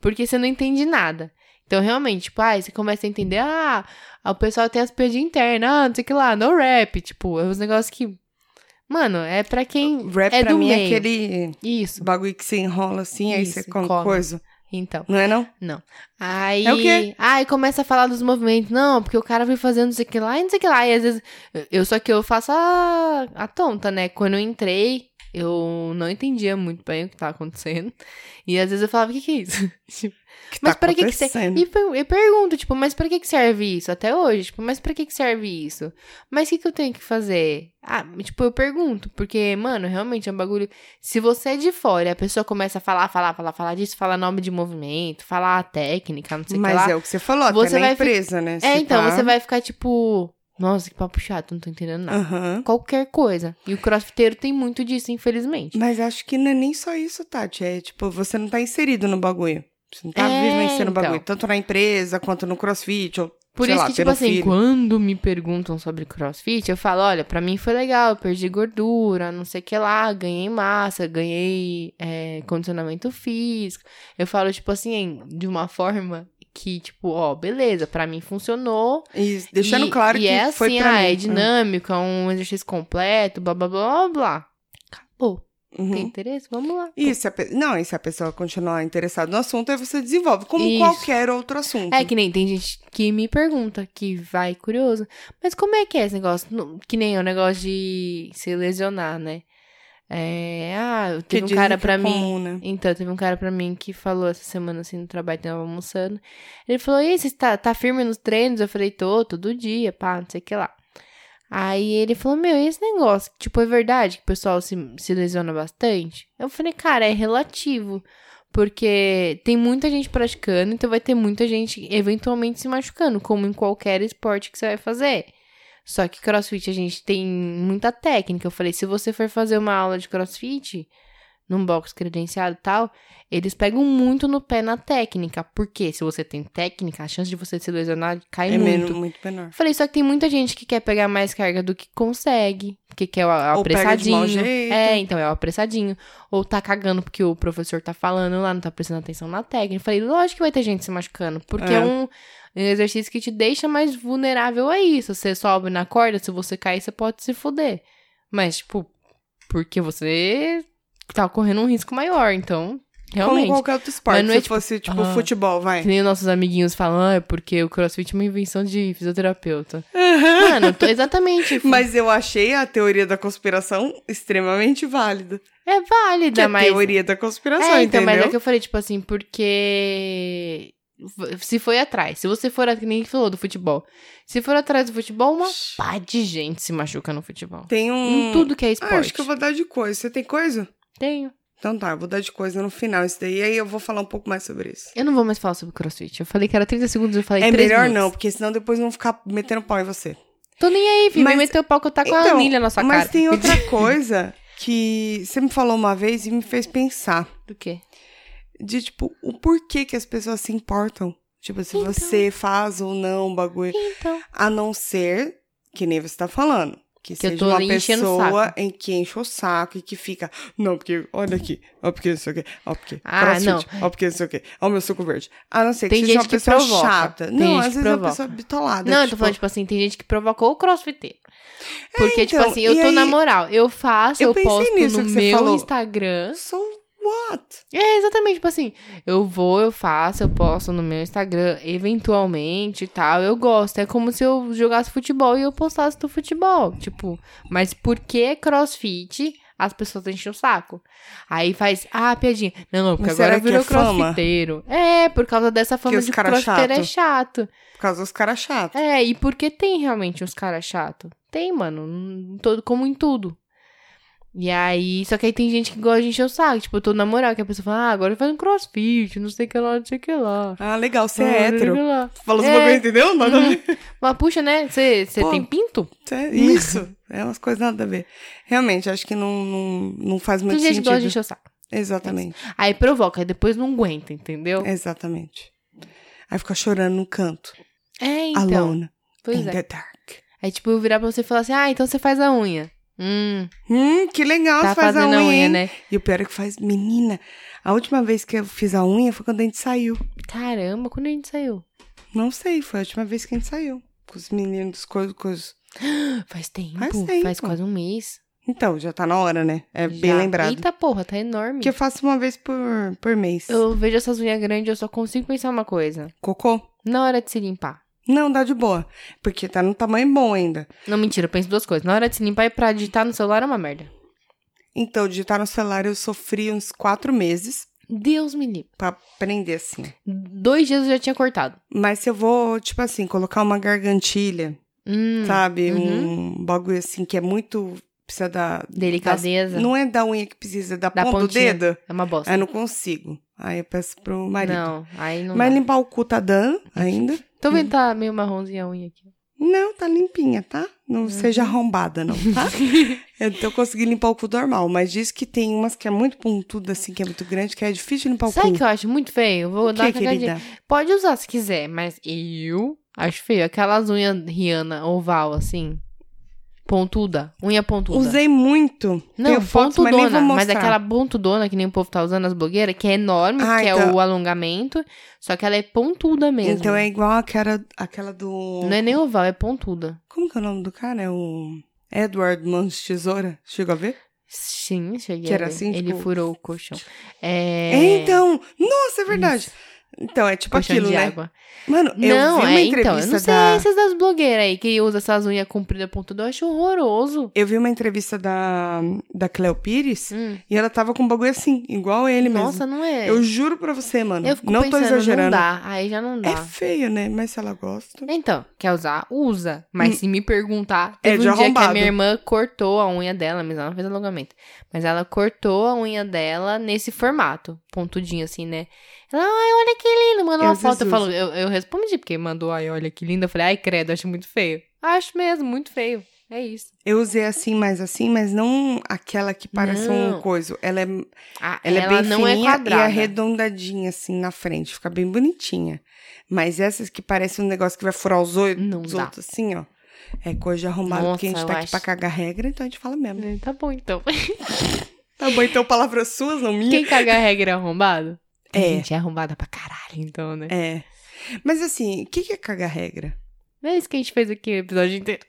A: Porque você não entende nada. Então, realmente, tipo, aí você começa a entender, ah, o pessoal tem as piadinhas internas, ah, não sei o que lá, no rap, tipo, é uns negócios que Mano, é pra quem.
B: rap
A: é
B: pra
A: do
B: mim
A: meio.
B: é aquele.
A: Isso.
B: bagulho que você enrola assim, aí
A: Isso,
B: você come,
A: come.
B: coisa.
A: Então.
B: Não é não?
A: Aí.
B: É o quê?
A: Aí começa a falar dos movimentos. Não, porque o cara vem fazendo não sei o que lá e não sei o que lá. E às vezes. Eu só que eu faço a, a tonta, né? Quando eu entrei, eu não entendia muito bem o que tava acontecendo. E às vezes eu falava, o que, que é isso? Tipo,
B: Que
A: mas
B: tá
A: pra que, que serve?
B: acontecendo.
A: E per- eu pergunto, tipo, mas pra que, que serve isso até hoje? Tipo, mas pra que, que serve isso? Mas o que, que eu tenho que fazer? Ah, tipo, eu pergunto, porque, mano, realmente é um bagulho. Se você é de fora e a pessoa começa a falar, falar, falar, falar disso, falar nome de movimento, falar a técnica, não sei o que
B: Mas
A: lá.
B: é o que você falou, até
A: Você
B: na
A: vai fi-
B: empresa, né?
A: É, então, você vai ficar tipo, nossa, que papo chato, não tô entendendo nada.
B: Uhum.
A: Qualquer coisa. E o crossfiteiro tem muito disso, infelizmente.
B: Mas acho que não é nem só isso, Tati. É tipo, você não tá inserido no bagulho. Você não tá
A: É,
B: vivenciando o
A: então.
B: bagulho. Tanto na empresa, quanto no crossfit, ou
A: Por
B: sei
A: isso
B: lá,
A: que, tipo
B: tendo
A: assim,
B: filho.
A: quando me perguntam sobre crossfit, eu falo, olha, pra mim foi legal, eu perdi gordura, não sei o que lá, ganhei massa, ganhei é, condicionamento físico. Eu falo, tipo assim, de uma forma que, tipo, ó, beleza, pra mim funcionou.
B: E deixando
A: E-
B: claro
A: e
B: que
A: é assim,
B: foi
A: ah,
B: pra mim.
A: é dinâmico, é um exercício completo, blá, blá, blá, blá, blá. Acabou.
B: Uhum.
A: Tem interesse? Vamos lá.
B: E se a pe- Não, e se a pessoa continuar interessada no assunto, aí você desenvolve, como
A: Isso.
B: qualquer outro assunto.
A: É que nem tem gente que me pergunta, que vai curioso. Mas como é que é esse negócio? Não- Que nem o negócio de se lesionar, né? É, ah,
B: Que
A: teve um
B: dizem
A: cara
B: que é
A: pra mim.
B: comum, né?
A: Então, teve um cara pra mim que falou essa semana assim no trabalho, tava almoçando. Ele falou: E aí, você tá, tá firme nos treinos? Eu falei: Tô, todo dia, pá, não sei o que lá. Aí ele falou: Meu, e esse negócio? Tipo, é verdade que o pessoal se, se lesiona bastante? Eu falei: Cara, é relativo. Porque tem muita gente praticando, então vai ter muita gente eventualmente se machucando, como em qualquer esporte que você vai fazer. Só que crossfit a gente tem muita técnica. Eu falei: Se você for fazer uma aula de crossfit num box credenciado e tal, eles pegam muito no pé na técnica. Porque se você tem técnica, a chance de você se lesionar cai
B: É
A: muito.
B: menos, muito menor.
A: Falei, só que tem muita gente que quer pegar mais carga do que consegue. Que quer o a- o
B: Ou pega de
A: apressadinho.
B: mau jeito.
A: É, então é o apressadinho. Ou tá cagando porque o professor tá falando lá, não tá prestando atenção na técnica. Falei, lógico que vai ter gente se machucando. Porque é,
B: É.
A: um exercício que te deixa mais vulnerável a isso. Você sobe na corda, se você cair, você pode se fuder. Mas, tipo, porque você tá correndo um risco maior. Então,
B: Como
A: realmente.
B: qualquer outro esporte.
A: Mas não
B: se
A: é tipo-
B: fosse, tipo,
A: Ah.
B: futebol, vai.
A: Que nem os nossos amiguinhos falam, ah, é porque o crossfit é uma invenção de fisioterapeuta. Mano, tô exatamente.
B: Mas eu achei a teoria da conspiração extremamente válida.
A: É
B: Que
A: válida,
B: é a
A: mas.
B: teoria da conspiração,
A: é, então, mas é
B: entendeu?
A: que eu falei, tipo assim, porque. v- Se foi atrás. Se você for. a- que Nem falou do futebol. Se for atrás do futebol, uma pá de gente se machuca no futebol.
B: Tem um...
A: Em tudo que é esporte.
B: Ah, acho que eu vou dar de coisa. Você tem coisa?
A: Tenho.
B: Então tá, eu vou dar de coisa no final isso daí. Aí eu vou falar um pouco mais sobre isso.
A: Eu não vou mais falar sobre crossfit. Eu falei que era 30 segundos, eu falei
B: é
A: 3
B: melhor
A: minutos.
B: não, porque senão depois vão ficar metendo pau em você.
A: Tô nem aí, filho. Mas...
B: Mas- então,
A: meteu o pau que eu tá com a anilha na sua
B: mas
A: cara.
B: tem outra coisa que você me falou uma vez e me fez pensar.
A: Do quê?
B: De, tipo, o porquê que as pessoas se importam. Tipo, se
A: Então.
B: você faz ou não o bagulho.
A: Então.
B: A não ser, que nem você tá falando, que,
A: Que eu
B: seja
A: tô
B: uma
A: ali enchendo o
B: pessoa
A: saco.
B: em que enche o saco e que fica, não, porque, olha aqui, ó, porque não sei o quê, ó, porque,
A: Ah,
B: crossfit,
A: não.
B: ó, porque não sei o quê, ó, meu suco verde. A não ser que
A: Tem
B: seja
A: gente
B: uma
A: que
B: pessoa
A: provoca.
B: chata.
A: Tem
B: não,
A: gente
B: às
A: que
B: vezes é uma
A: provoca.
B: pessoa bitolada.
A: Não, eu tô
B: tipo,
A: falando, tipo assim, tem gente que provocou o crossfiteiro. Porque, tipo
B: então,
A: assim, eu
B: e
A: tô
B: aí-
A: na moral. Eu faço,
B: Eu
A: eu,
B: pensei
A: posto
B: nisso
A: no
B: que você
A: meu
B: falou.
A: Instagram.
B: So what?
A: É, exatamente, tipo assim, eu vou, eu faço, eu posto no meu Instagram, eventualmente e tal, eu gosto. É como se eu jogasse futebol e eu postasse do futebol. Tipo, mas por que crossfit as pessoas enchem o saco? Aí faz, ah, piadinha. Não, não, porque
B: Mas
A: agora
B: será que
A: virou
B: é fama?
A: crossfiteiro. É, por causa dessa fama
B: os
A: de que
B: cara
A: crossfiteiro é
B: chato.
A: chato.
B: Por causa dos caras chatos.
A: É, e porque tem realmente uns caras chato. Tem, mano. em Todo, como em tudo. E aí, só que aí tem gente que gosta de encher o saco. Tipo, eu tô na moral, que a pessoa fala, ah, agora faz um crossfit, não sei o que lá, não sei o que lá.
B: Ah, legal, você
A: Ah,
B: é
A: não sei o
B: hétero.
A: que lá.
B: Falou os
A: É.
B: bagulho, entendeu? Nada a ver.
A: Mas puxa, né? Você você
B: Pô.
A: tem pinto?
B: Cê- Isso, é umas coisas nada a ver. Realmente, acho que não, não, não faz
A: Tem
B: muito
A: gente que gosta de
B: sentido.
A: encher o saco.
B: Exatamente,
A: Aí provoca, aí depois não aguenta, entendeu?
B: exatamente. Aí fica chorando no canto.
A: É, então.
B: Alone
A: Pois
B: in
A: é.
B: the dark.
A: Aí, tipo, eu virar pra você e falar assim, ah, então você faz a unha. Hum,
B: Hum, que legal,
A: tá
B: você faz a
A: fazendo
B: unha,
A: a unha,
B: hein?
A: né?
B: E o pior é que faz, menina, a última vez que eu fiz a unha foi quando a gente saiu.
A: Caramba, quando a gente saiu?
B: Não sei, foi a última vez que a gente saiu. Com os meninos, dos coisas, coisas.
A: Faz tempo,
B: Faz
A: faz,
B: tempo.
A: quase um mês.
B: Então, já tá na hora, né? É bem
A: já.
B: lembrado.
A: Eita porra, tá enorme.
B: Porque eu faço uma vez por, por mês.
A: Eu vejo essas unhas grandes, eu só consigo pensar uma coisa.
B: Cocô?
A: Na hora de se limpar.
B: Não, dá de boa. Porque tá no tamanho bom ainda.
A: Não, mentira, eu penso duas coisas. Na hora de se limpar e pra digitar no celular é uma merda.
B: Então, digitar no celular eu sofri uns quatro meses
A: Deus me livre.
B: pra aprender assim.
A: Dois dias eu já tinha cortado.
B: Mas se eu vou, tipo assim, colocar uma gargantilha,
A: Hum,
B: sabe?
A: uhum.
B: Um bagulho assim que é muito. Precisa da.
A: Delicadeza.
B: das- não é da unha que precisa, é da,
A: Da
B: ponta do
A: pontinha.
B: dedo.
A: É uma bosta.
B: Aí eu não consigo. Aí eu peço pro marido.
A: não, aí não
B: Mas
A: dá.
B: limpar o cu tá dando ainda?
A: Tô vendo que tá meio marronzinha a unha aqui.
B: Não, tá limpinha, tá? Não
A: Uhum.
B: seja arrombada, não, tá? eu tô conseguindo limpar o cu normal, mas diz que tem umas que é muito pontuda, assim, que é muito grande, que é difícil limpar o
A: Sabe o
B: cu.
A: que eu acho muito feio? Eu Vou
B: O
A: dar
B: que,
A: uma cagadinha.
B: querida?
A: Pode usar se quiser, mas eu acho feio. Aquelas unhas Rihanna oval, assim. Pontuda. Unha pontuda.
B: Usei muito.
A: Não,
B: Tenho fotos, mas nem
A: pontudona,
B: vou
A: mas,
B: mostrar.
A: aquela pontudona que nem o povo tá usando as blogueiras, que é enorme,
B: Ah,
A: que é
B: então-
A: o alongamento, só que ela é pontuda mesmo.
B: Então é igual aquela, aquela do...
A: Não é nem oval, é pontuda.
B: Como que é o nome do cara? É o Edward Mãos de Tesoura. Chegou a ver?
A: Sim, cheguei.
B: Que
A: a
B: era
A: ver.
B: assim,
A: Ele
B: tipo-
A: furou o colchão. É.
B: É, então, nossa, é verdade. Então, é tipo
A: colchão
B: aquilo,
A: de
B: né?
A: água.
B: Mano, eu
A: não,
B: vi uma
A: é,
B: entrevista
A: então, eu não sei
B: da...
A: essas das blogueiras aí que usa essas unhas compridas pontuda, eu acho horroroso.
B: Eu vi uma entrevista da, da Cleo Pires
A: Hum,
B: e ela tava com um bagulho assim, igual ele mesmo.
A: nossa, não é.
B: Eu juro pra você, mano.
A: Eu fico
B: não
A: pensando,
B: tô exagerando.
A: não dá, aí já não dá.
B: É feio, né? Mas se ela gosta.
A: Então, quer usar? Usa. Mas se me perguntar,
B: Hum. É
A: teve
B: de
A: um dia que a
B: arrombado.
A: minha irmã cortou a unha dela, mas ela não fez alongamento. Mas ela cortou a unha dela nesse formato, pontudinho assim, né? Ela, ai, olha que lindo, mandou
B: Eu
A: uma
B: às
A: foto. Eu,
B: vezes
A: falo, eu, eu respondi, porque mandou, ai, olha que lindo. Eu falei, ai, credo, acho muito feio. Acho mesmo, muito feio. É isso.
B: Eu usei assim, mais assim, mas não aquela que parece
A: Não.
B: um coiso. Ela é, ela,
A: Ah,
B: é bem
A: não é
B: fininha e
A: quadrada.
B: arredondadinha assim na frente. Fica bem bonitinha. Mas essas que parecem um negócio que vai furar os olhos
A: Não
B: os
A: dá.
B: outros assim, ó. É coisa de arrombado, porque a
A: Nossa,
B: gente
A: eu
B: tá aqui
A: acho.
B: pra cagar regra, então a gente fala mesmo.
A: É, Tá bom, então.
B: Tá bom, então palavras suas, não minhas.
A: Quem caga a regra é arrombado? A
B: É.
A: gente é arrombada pra caralho, então, né?
B: É. Mas assim, o que, que é cagar regra?
A: Não é isso que a gente fez aqui o episódio inteiro.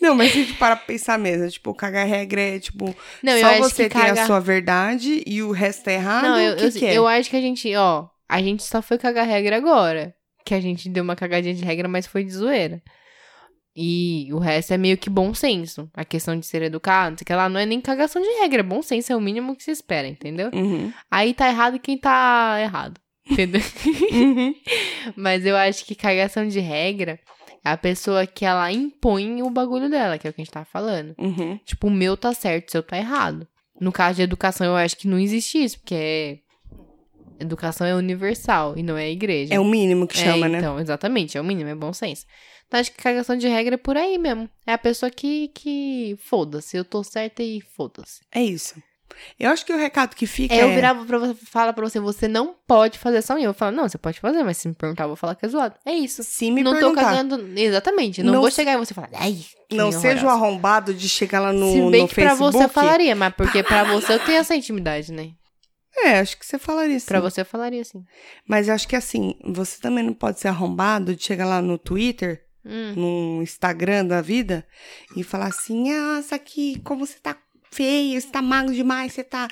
B: Não, mas se a gente para pra pensar mesmo, tipo, cagar regra é tipo,
A: Não, eu
B: só
A: acho
B: você
A: que
B: tem
A: caga...
B: a sua verdade e o resto é errado.
A: Não, eu,
B: o que,
A: eu,
B: que é?
A: eu acho que a gente, ó, a gente só foi cagar regra agora. Que a gente deu uma cagadinha de regra, mas foi de zoeira. E o resto é meio que bom senso. A questão de ser educado, não sei o que lá, não é nem cagação de regra. é Bom senso é o mínimo que se espera, entendeu?
B: Uhum.
A: Aí tá errado quem tá errado. Entendeu?
B: Uhum.
A: Mas eu acho que cagação de regra é a pessoa que ela impõe o bagulho dela, que é o que a gente tá falando.
B: Uhum.
A: Tipo, o meu tá certo, o seu tá errado. No caso de educação, eu acho que não existe isso, porque é... educação é universal e não é igreja.
B: É o mínimo que chama,
A: É,
B: né?
A: Então, exatamente, é o mínimo, é bom senso. Então, acho que cagação de regra é por aí mesmo. É a pessoa que, que foda-se, eu tô certa e foda-se.
B: É isso. Eu acho que o recado que fica
A: É,
B: é.
A: eu virava pra você, falar pra você, você não pode fazer essa unha. Eu falo, não, você pode fazer, mas se me perguntar, eu vou falar que é zoado. É isso.
B: Se me
A: não
B: perguntar,
A: tô cagando. Exatamente. Não,
B: Não
A: vou
B: se-
A: chegar e você falar, ai. que
B: não
A: unha
B: seja o
A: horrorosa."
B: arrombado de chegar lá no,
A: Se bem
B: no
A: que pra
B: Facebook.
A: você eu falaria, mas porque pra você eu tenho essa intimidade, né?
B: É, acho que você falaria isso.
A: Pra você eu falaria assim.
B: Mas acho que assim, você também não pode ser arrombado de chegar lá no Twitter
A: Hum.
B: no Instagram da vida e falar assim: nossa, que como você tá feio, você tá magro demais, você tá.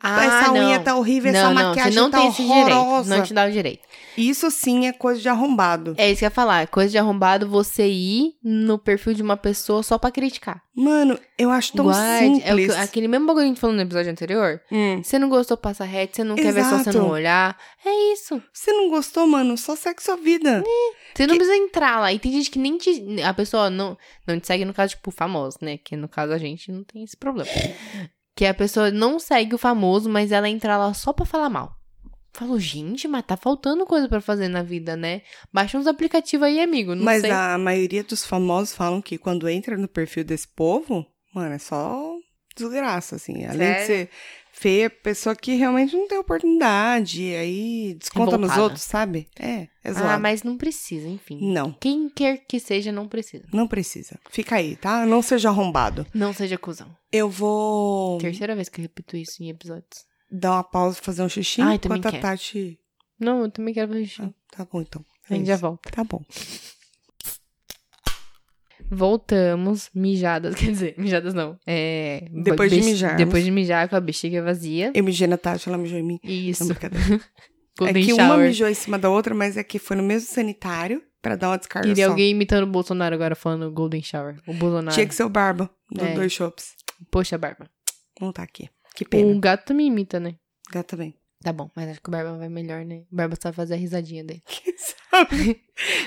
A: Ah,
B: essa
A: não.
B: unha tá horrível, essa
A: Não, não, você
B: maquiagem
A: não
B: tá
A: tem esse direito.
B: horrorosa.
A: Não te dá o direito.
B: Isso sim é coisa de arrombado.
A: É isso que eu ia falar. é Coisa de arrombado você ir no perfil de uma pessoa só pra criticar.
B: Mano, eu acho tão
A: Guarde. É o que-
B: simples.
A: aquele mesmo bagulho que a gente falou no episódio anterior.
B: Hum.
A: Você não gostou, passa reto. Você não quer ver só você
B: Exato.
A: não olhar. É isso.
B: Você não gostou, mano? Só segue sua vida.
A: Você não precisa entrar lá. E tem gente que nem te. A pessoa não, não te segue, no caso, tipo, famoso, né? Que no caso a gente não tem esse problema. Que a pessoa não segue o famoso, mas ela entra lá só pra falar mal. Falo, gente, mas tá faltando coisa pra fazer na vida, né? Baixa uns aplicativos aí, amigo. Não
B: Mas
A: sei. Ah,
B: a maioria dos famosos falam que quando entra no perfil desse povo, mano, é só desgraça, assim. Além de
A: Sério?
B: ser feia, é pessoa que realmente não tem oportunidade, e aí desconta nos
A: Revoltada.
B: outros, sabe? É, é zoado.
A: ah, mas não precisa, enfim.
B: Não,
A: Quem quer que seja, não precisa.
B: não precisa. Fica aí, tá? Não seja arrombado.
A: Não seja cuzão.
B: Eu vou
A: Terceira vez que eu repito isso em episódios.
B: dar uma pausa, fazer um xixi,
A: Ai, também
B: enquanto a
A: quero.
B: Tati...
A: Não, eu também quero fazer xixi.
B: Ah, tá bom, então.
A: a
B: É
A: gente já
B: isso.
A: volta.
B: Tá bom.
A: Voltamos, mijadas, quer dizer, mijadas não. É.
B: Depois de
A: bex-
B: mijarmos.
A: Depois de mijar com a bexiga vazia.
B: Eu mijei na Tati, ela mijou em mim. Não,
A: Isso.
B: brincadeira. É
A: Golden
B: que uma
A: shower.
B: mijou em cima da outra, mas é que foi no mesmo sanitário pra dar uma descarga
A: Queria
B: só.
A: alguém imitando o Bolsonaro agora falando Golden Shower. O Bolsonaro.
B: Tinha que ser o Barba, do
A: né? É.
B: Dois Shops.
A: Poxa, Barba.
B: Não tá aqui. Que pena.
A: O gato também imita, né?
B: Gato também.
A: Tá bom, mas acho que o Barba vai melhor, né? O Barba sabe fazer a risadinha dele.
B: Sabe?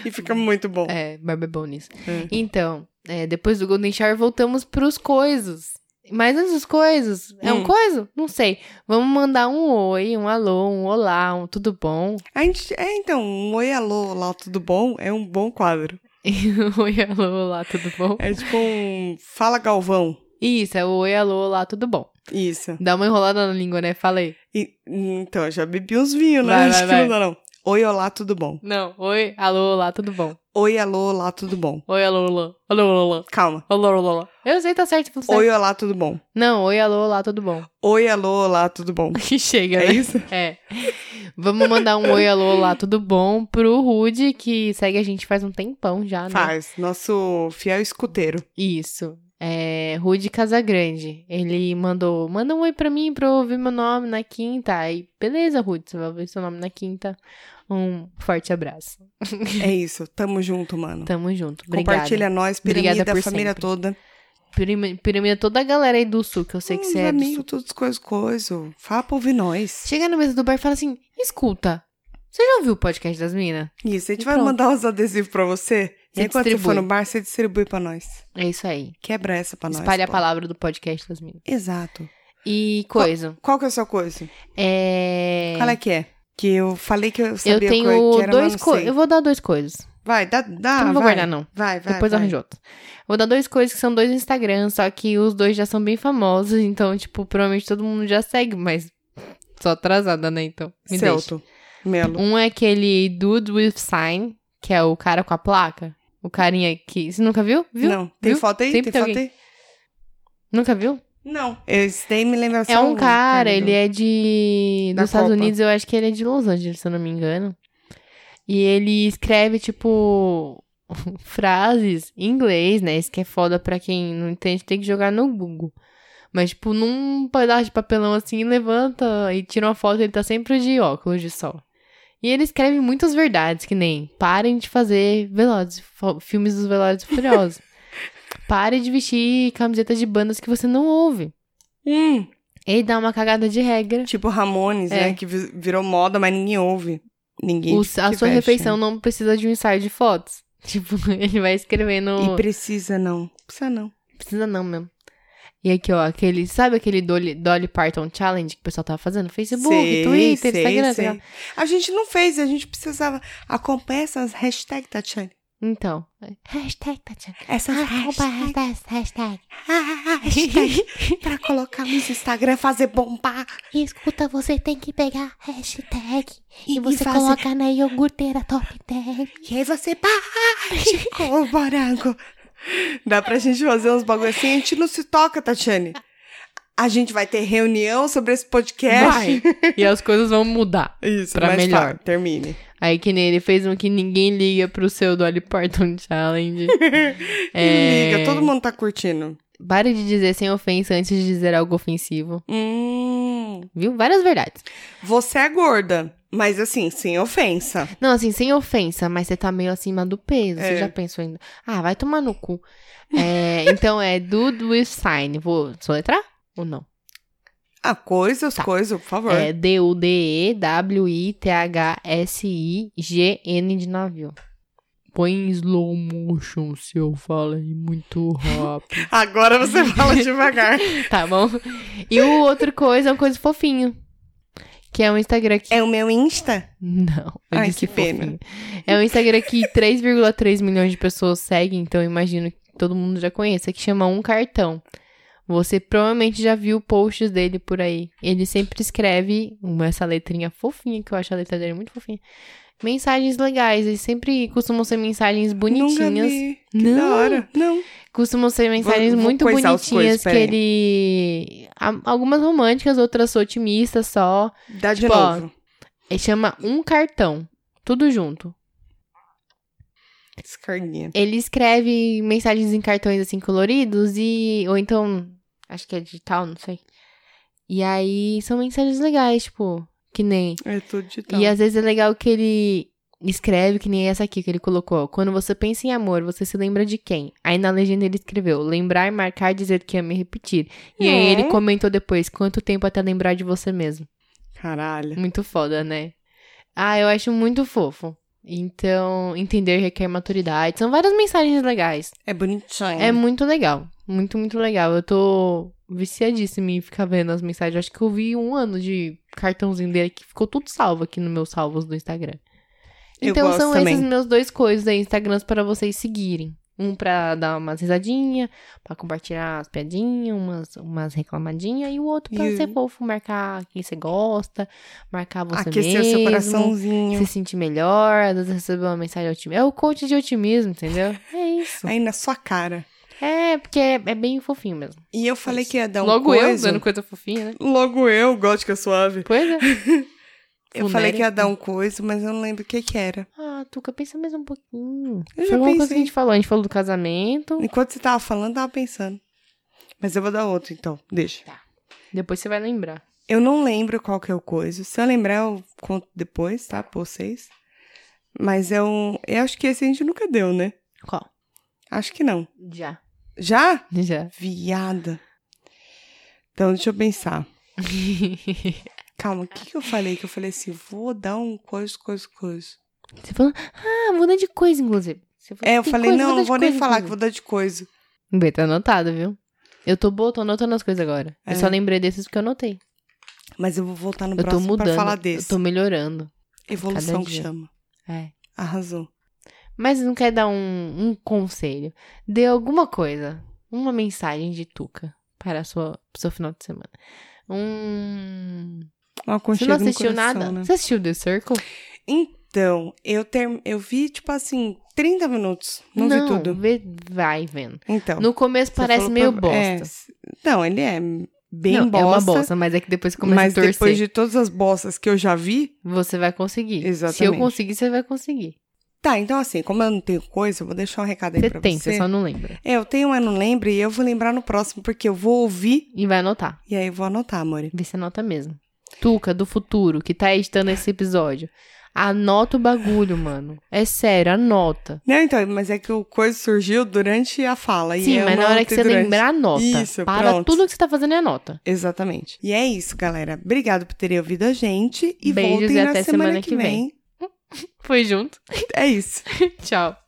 B: E fica muito bom.
A: É, Barba é bom nisso.
B: É.
A: Então, é, depois do Golden Shower, voltamos pros coisas. Mas antes dos coisas, é um
B: Hum.
A: coisa? Não sei. Vamos mandar um oi, um alô, um olá, um tudo bom.
B: A gente, é, então, um oi, alô, lá, tudo bom? É um bom quadro.
A: oi, alô, olá, tudo bom?
B: É tipo um fala Galvão.
A: Isso, é o oi, alô, olá, tudo bom.
B: Isso.
A: Dá uma enrolada na língua, né? Falei.
B: E, então, eu já bebi uns vinhos, né?
A: Vai,
B: Acho
A: vai,
B: que não dá, não. Oi, olá, tudo bom?
A: Não, oi, alô, olá, tudo bom.
B: Oi, alô, olá, tudo bom?
A: Oi, alô, olá. Alô, olá,
B: Calma.
A: alô, olá, olá. Eu sei, tá certo, tudo certo.
B: Oi, olá, tudo bom?
A: Não, oi, alô, olá, tudo bom.
B: Oi, alô, olá, tudo bom?
A: Que chega,
B: É
A: né?
B: isso?
A: É. Vamos mandar um oi, alô, olá, tudo bom pro Rude, que segue a gente faz um tempão já, né?
B: Faz. Nosso fiel escuteiro.
A: Isso. É, Rude Casagrande. Ele mandou, manda um oi pra mim pra eu ouvir meu nome na quinta. Aí, beleza, Rude, você vai ouvir seu nome na quinta. Um forte abraço.
B: É isso. Tamo junto, mano.
A: Tamo junto. Obrigada.
B: Compartilha nós, piramida,
A: Obrigada
B: a
A: por
B: família
A: sempre.
B: toda.
A: Pirimi- Piramida toda a galera aí do sul, que eu sei que
B: Hum, Os
A: você é do
B: amigos,
A: sul.
B: todas as coisas, coisas. Fala pra ouvir nós.
A: Chega na mesa do bar e fala assim: escuta, você já ouviu o podcast das minas?
B: Isso, a gente
A: E
B: vai
A: pronto.
B: mandar os adesivos pra você.
A: Você
B: E aí, quando você for
A: distribui.
B: no bar, você distribui pra nós.
A: É isso aí.
B: Quebra essa pra nós.
A: Espalha a
B: pô.
A: palavra do podcast das minas.
B: Exato.
A: E coisa.
B: Qual que é a sua coisa?
A: É.
B: Qual é que é? Que eu falei que eu
A: Eu
B: sabia que
A: tenho
B: era,
A: dois
B: mas não
A: coisas.
B: sei.
A: Eu vou dar dois coisas.
B: Vai, dá, dá
A: eu não vou
B: vai.
A: guardar, não.
B: Vai, vai,
A: Depois
B: vai.
A: arranjo outro. Vou dar dois coisas que são dois Instagrams, só que os dois já são bem famosos, então, tipo, provavelmente todo mundo já segue, mas sou atrasada, né? Então, me deixa.
B: Celto. Melo.
A: Um é aquele Dude with Sign, que é o cara com a placa. O carinha que. Você nunca viu? Viu?
B: Não. Tem
A: Viu?
B: foto aí?
A: Sempre
B: tem
A: tem
B: foto aí?
A: Nunca viu?
B: Não. Esse daí me lembra
A: É um cara, ele
B: é.
A: é de.
B: Da
A: Dos Estados
B: Copa.
A: Unidos, eu acho que ele é de Los Angeles, se eu não me engano. E ele escreve, tipo. frases em inglês, né? Isso que é foda pra quem não entende, tem que jogar no Google. Mas, tipo, num pedaço de papelão assim, levanta e tira uma foto, ele tá sempre de óculos de sol. E ele escreve muitas verdades, que nem parem de fazer velozes, fo- filmes dos Velozes e Furiosos. Pare de vestir camisetas de bandas que você não ouve.
B: Hum,
A: Ele dá uma cagada de regra.
B: tipo Ramones,
A: É.
B: né? Que vi- virou moda, mas ninguém ouve. Ninguém.
A: O- a
B: que
A: sua
B: veste,
A: refeição
B: né?
A: não precisa de um ensaio de fotos. Tipo, ele vai escrevendo.
B: E precisa não. Precisa não.
A: Precisa não mesmo. E aqui, ó, aquele. Sabe aquele Dolly, Dolly Parton Challenge que o pessoal tava fazendo? Facebook,
B: Sei,
A: Twitter,
B: sei,
A: Instagram.
B: sei.
A: sei lá.
B: A gente não fez, a gente precisava. Acompanha essas hashtags, Tatiane.
A: Então. Hashtag, Tatiana.
B: Essas Ah,
A: Arroba,
B: hashtags.
A: Ah, hashtag, hashtag.
B: hashtag pra colocar no Instagram, fazer bombar.
C: Escuta, você tem que pegar a hashtag e,
B: E- e
C: você
B: fazer-
C: coloca na iogurteira top 10.
B: E aí você bate com o morango. Dá pra gente fazer uns bagulho assim. A gente não se toca, Tatiane. A gente vai ter reunião sobre esse podcast.
A: Vai. e as coisas vão mudar.
B: Isso,
A: Pra
B: mas
A: melhor.
B: fala, termine.
A: Aí que nem ele fez um que ninguém liga pro seu Dolly Parton Challenge. É,
B: E Liga, todo mundo tá curtindo.
A: Pare de dizer sem ofensa antes de dizer algo ofensivo.
B: Hum,
A: Viu? Várias verdades.
B: você é gorda, mas assim, sem ofensa.
A: Não, assim, sem ofensa, mas você tá meio acima do peso.
B: É.
A: Você já pensou ainda. Ah, vai tomar no cu. É, então é Dude with Sign. Vou soletrar? Ou não?
B: Ah, coisas, coisas, por favor.
A: Tá. É D-U-D-E-W-I-T-H-S-I-G-N de navio. Põe em slow motion se eu falei muito rápido.
B: Agora você fala devagar.
A: tá bom? E o outro coisa é uma coisa fofinho. Que é um Instagram que
B: É o meu Insta?
A: Não, eu
B: Ai,
A: disse
B: que pena.
A: fofinho. É um Instagram que 3,3 milhões de pessoas seguem, então eu imagino que todo mundo já conheça, que chama Um Cartão. Você provavelmente já viu posts dele por aí. Ele sempre escreve uma- essa letrinha fofinha, que eu acho a letra dele muito fofinha. Mensagens legais, eles sempre costumam ser mensagens
B: Nunca
A: bonitinhas.
B: vi. Que da
A: Não.
B: hora. Não.
A: Costumam ser mensagens
B: vou
A: muito
B: coisar os
A: bonitinhas
B: coisas,
A: que
B: peraí.
A: ele. a- Algumas românticas, outras otimistas só.
B: Dá de
A: Tipo, ó,
B: novo.
A: Ele chama Um Cartão. Tudo junto.
B: Escarguinha.
A: Ele escreve mensagens em cartões assim coloridos e ou então acho que é digital, não sei. E aí são mensagens legais, tipo, que nem.
B: É tudo digital.
A: E às vezes é legal que ele escreve que nem essa aqui que ele colocou. ó. Quando você pensa em amor, você se lembra de quem? Aí na legenda ele escreveu: lembrar, marcar, dizer que ama e repetir. E aí ele
B: Hum.
A: comentou depois: quanto tempo até lembrar de você mesmo?
B: Caralho.
A: Muito foda, né? Ah, eu acho muito fofo. Então, entender requer maturidade. São várias mensagens legais.
B: É bonitinho.
A: É muito legal. Muito, muito legal. Eu tô viciadíssima em ficar vendo as mensagens. Eu Acho que eu vi um ano de cartãozinho dele que ficou tudo salvo aqui nos meus salvos do Instagram.
B: Eu
A: Então
B: gosto
A: são
B: também.
A: esses meus dois coisas aí, Instagrams para vocês seguirem. Um pra dar umas risadinhas, pra compartilhar as piadinhas, umas, umas reclamadinhas, e o outro pra
B: E-
A: ser fofo, marcar quem você gosta, marcar você
B: Aquecer
A: mesmo
B: seu coraçãozinho.
A: se sentir melhor, às vezes receber uma mensagem otimista. É o coach de otimismo, entendeu? É isso.
B: Aí na sua cara.
A: É, porque é, é bem fofinho mesmo.
B: E eu falei que ia dar um
A: Logo eu
B: coisa.
A: dando coisa fofinha, né?
B: Logo eu, gótica suave.
A: Pois é.
B: Eu
A: Funéria.
B: falei que ia dar um coisa, mas eu não lembro o que que era.
A: Ah, Tuca, pensa mais um pouquinho.
B: Eu já
A: Foi alguma coisa que
B: pensei.
A: a gente falou. A gente falou do casamento.
B: Enquanto você tava falando, eu tava pensando. Mas eu vou dar outro, então. Deixa.
A: Depois você vai lembrar.
B: Eu não lembro qual que é o coisa. Se eu lembrar, eu conto depois, tá? Pra vocês. Mas é um. Eu acho que esse a gente nunca deu, né?
A: Qual?
B: Acho que não.
A: Já.
B: Já?
A: Já.
B: Viada. Então, deixa eu pensar.
A: você
B: Calma, o que, que eu falei? Que eu falei assim, vou dar um coisa, coisa, coisa.
A: falou, ah, muda de coisa, inclusive. Você falou,
B: É, eu
A: "Que
B: falei,
A: coisa,
B: não,
A: muda
B: não
A: de
B: vou nem
A: coisa,
B: falar que
A: inclusive."
B: vou dar de coisa.
A: Bem, tá anotado, viu? Eu tô boa, tô anotando as coisas agora.
B: É.
A: Eu só lembrei desses porque eu anotei.
B: Mas eu vou voltar no
A: Eu tô
B: próximo
A: mudando.
B: pra falar
A: Eu
B: desse.
A: tô melhorando.
B: Evolução
A: cada
B: que
A: dia.
B: chama.
A: É.
B: Arrasou. Um
A: Mas não quer dar um, um conselho. Dê alguma coisa. Uma mensagem de Tuca para a sua, pro seu final de semana. Um.
B: Um
A: Você
B: aconchego
A: não
B: no
A: assistiu
B: coração,
A: nada?
B: né?
A: Você assistiu The Circle?
B: Então, eu, ter... eu vi, tipo assim, 30 minutos. Não, vi tudo.
A: vê- vai vendo.
B: Então.
A: No começo
B: você
A: parece
B: falou
A: meio
B: pra-
A: bosta.
B: é, Não, ele é bem
A: não,
B: bosta.
A: é uma bosta, mas é que depois que começa
B: Mas
A: a torcer,
B: depois de todas as bostas que eu já vi.
A: você vai conseguir. Se eu
B: Exatamente.
A: conseguir, você vai conseguir.
B: Tá, então assim, como eu não tenho coisa, eu vou deixar um recado aí
A: Você
B: pra
A: tem,
B: você.
A: você só não lembra.
B: É, eu tenho, mas não lembro, e eu vou lembrar no próximo, porque eu vou ouvir
A: E vai anotar.
B: e aí eu vou anotar, amore.
A: Vê se anota mesmo. Tuca, do futuro, que tá editando esse episódio. Anota o bagulho, mano. É sério, anota.
B: Não, então, mas é que o coisa surgiu durante a fala.
A: Sim,
B: e eu
A: mas na hora que
B: anotei
A: você
B: durante.
A: lembrar, anota.
B: Isso,
A: Para
B: pronto.
A: tudo que você tá fazendo e anota.
B: Exatamente. E é isso, galera. Obrigado por terem ouvido a gente. E
A: Beijos
B: voltem
A: e
B: na
A: até
B: semana,
A: semana que
B: que vem.
A: Foi junto.
B: É isso.
A: Tchau.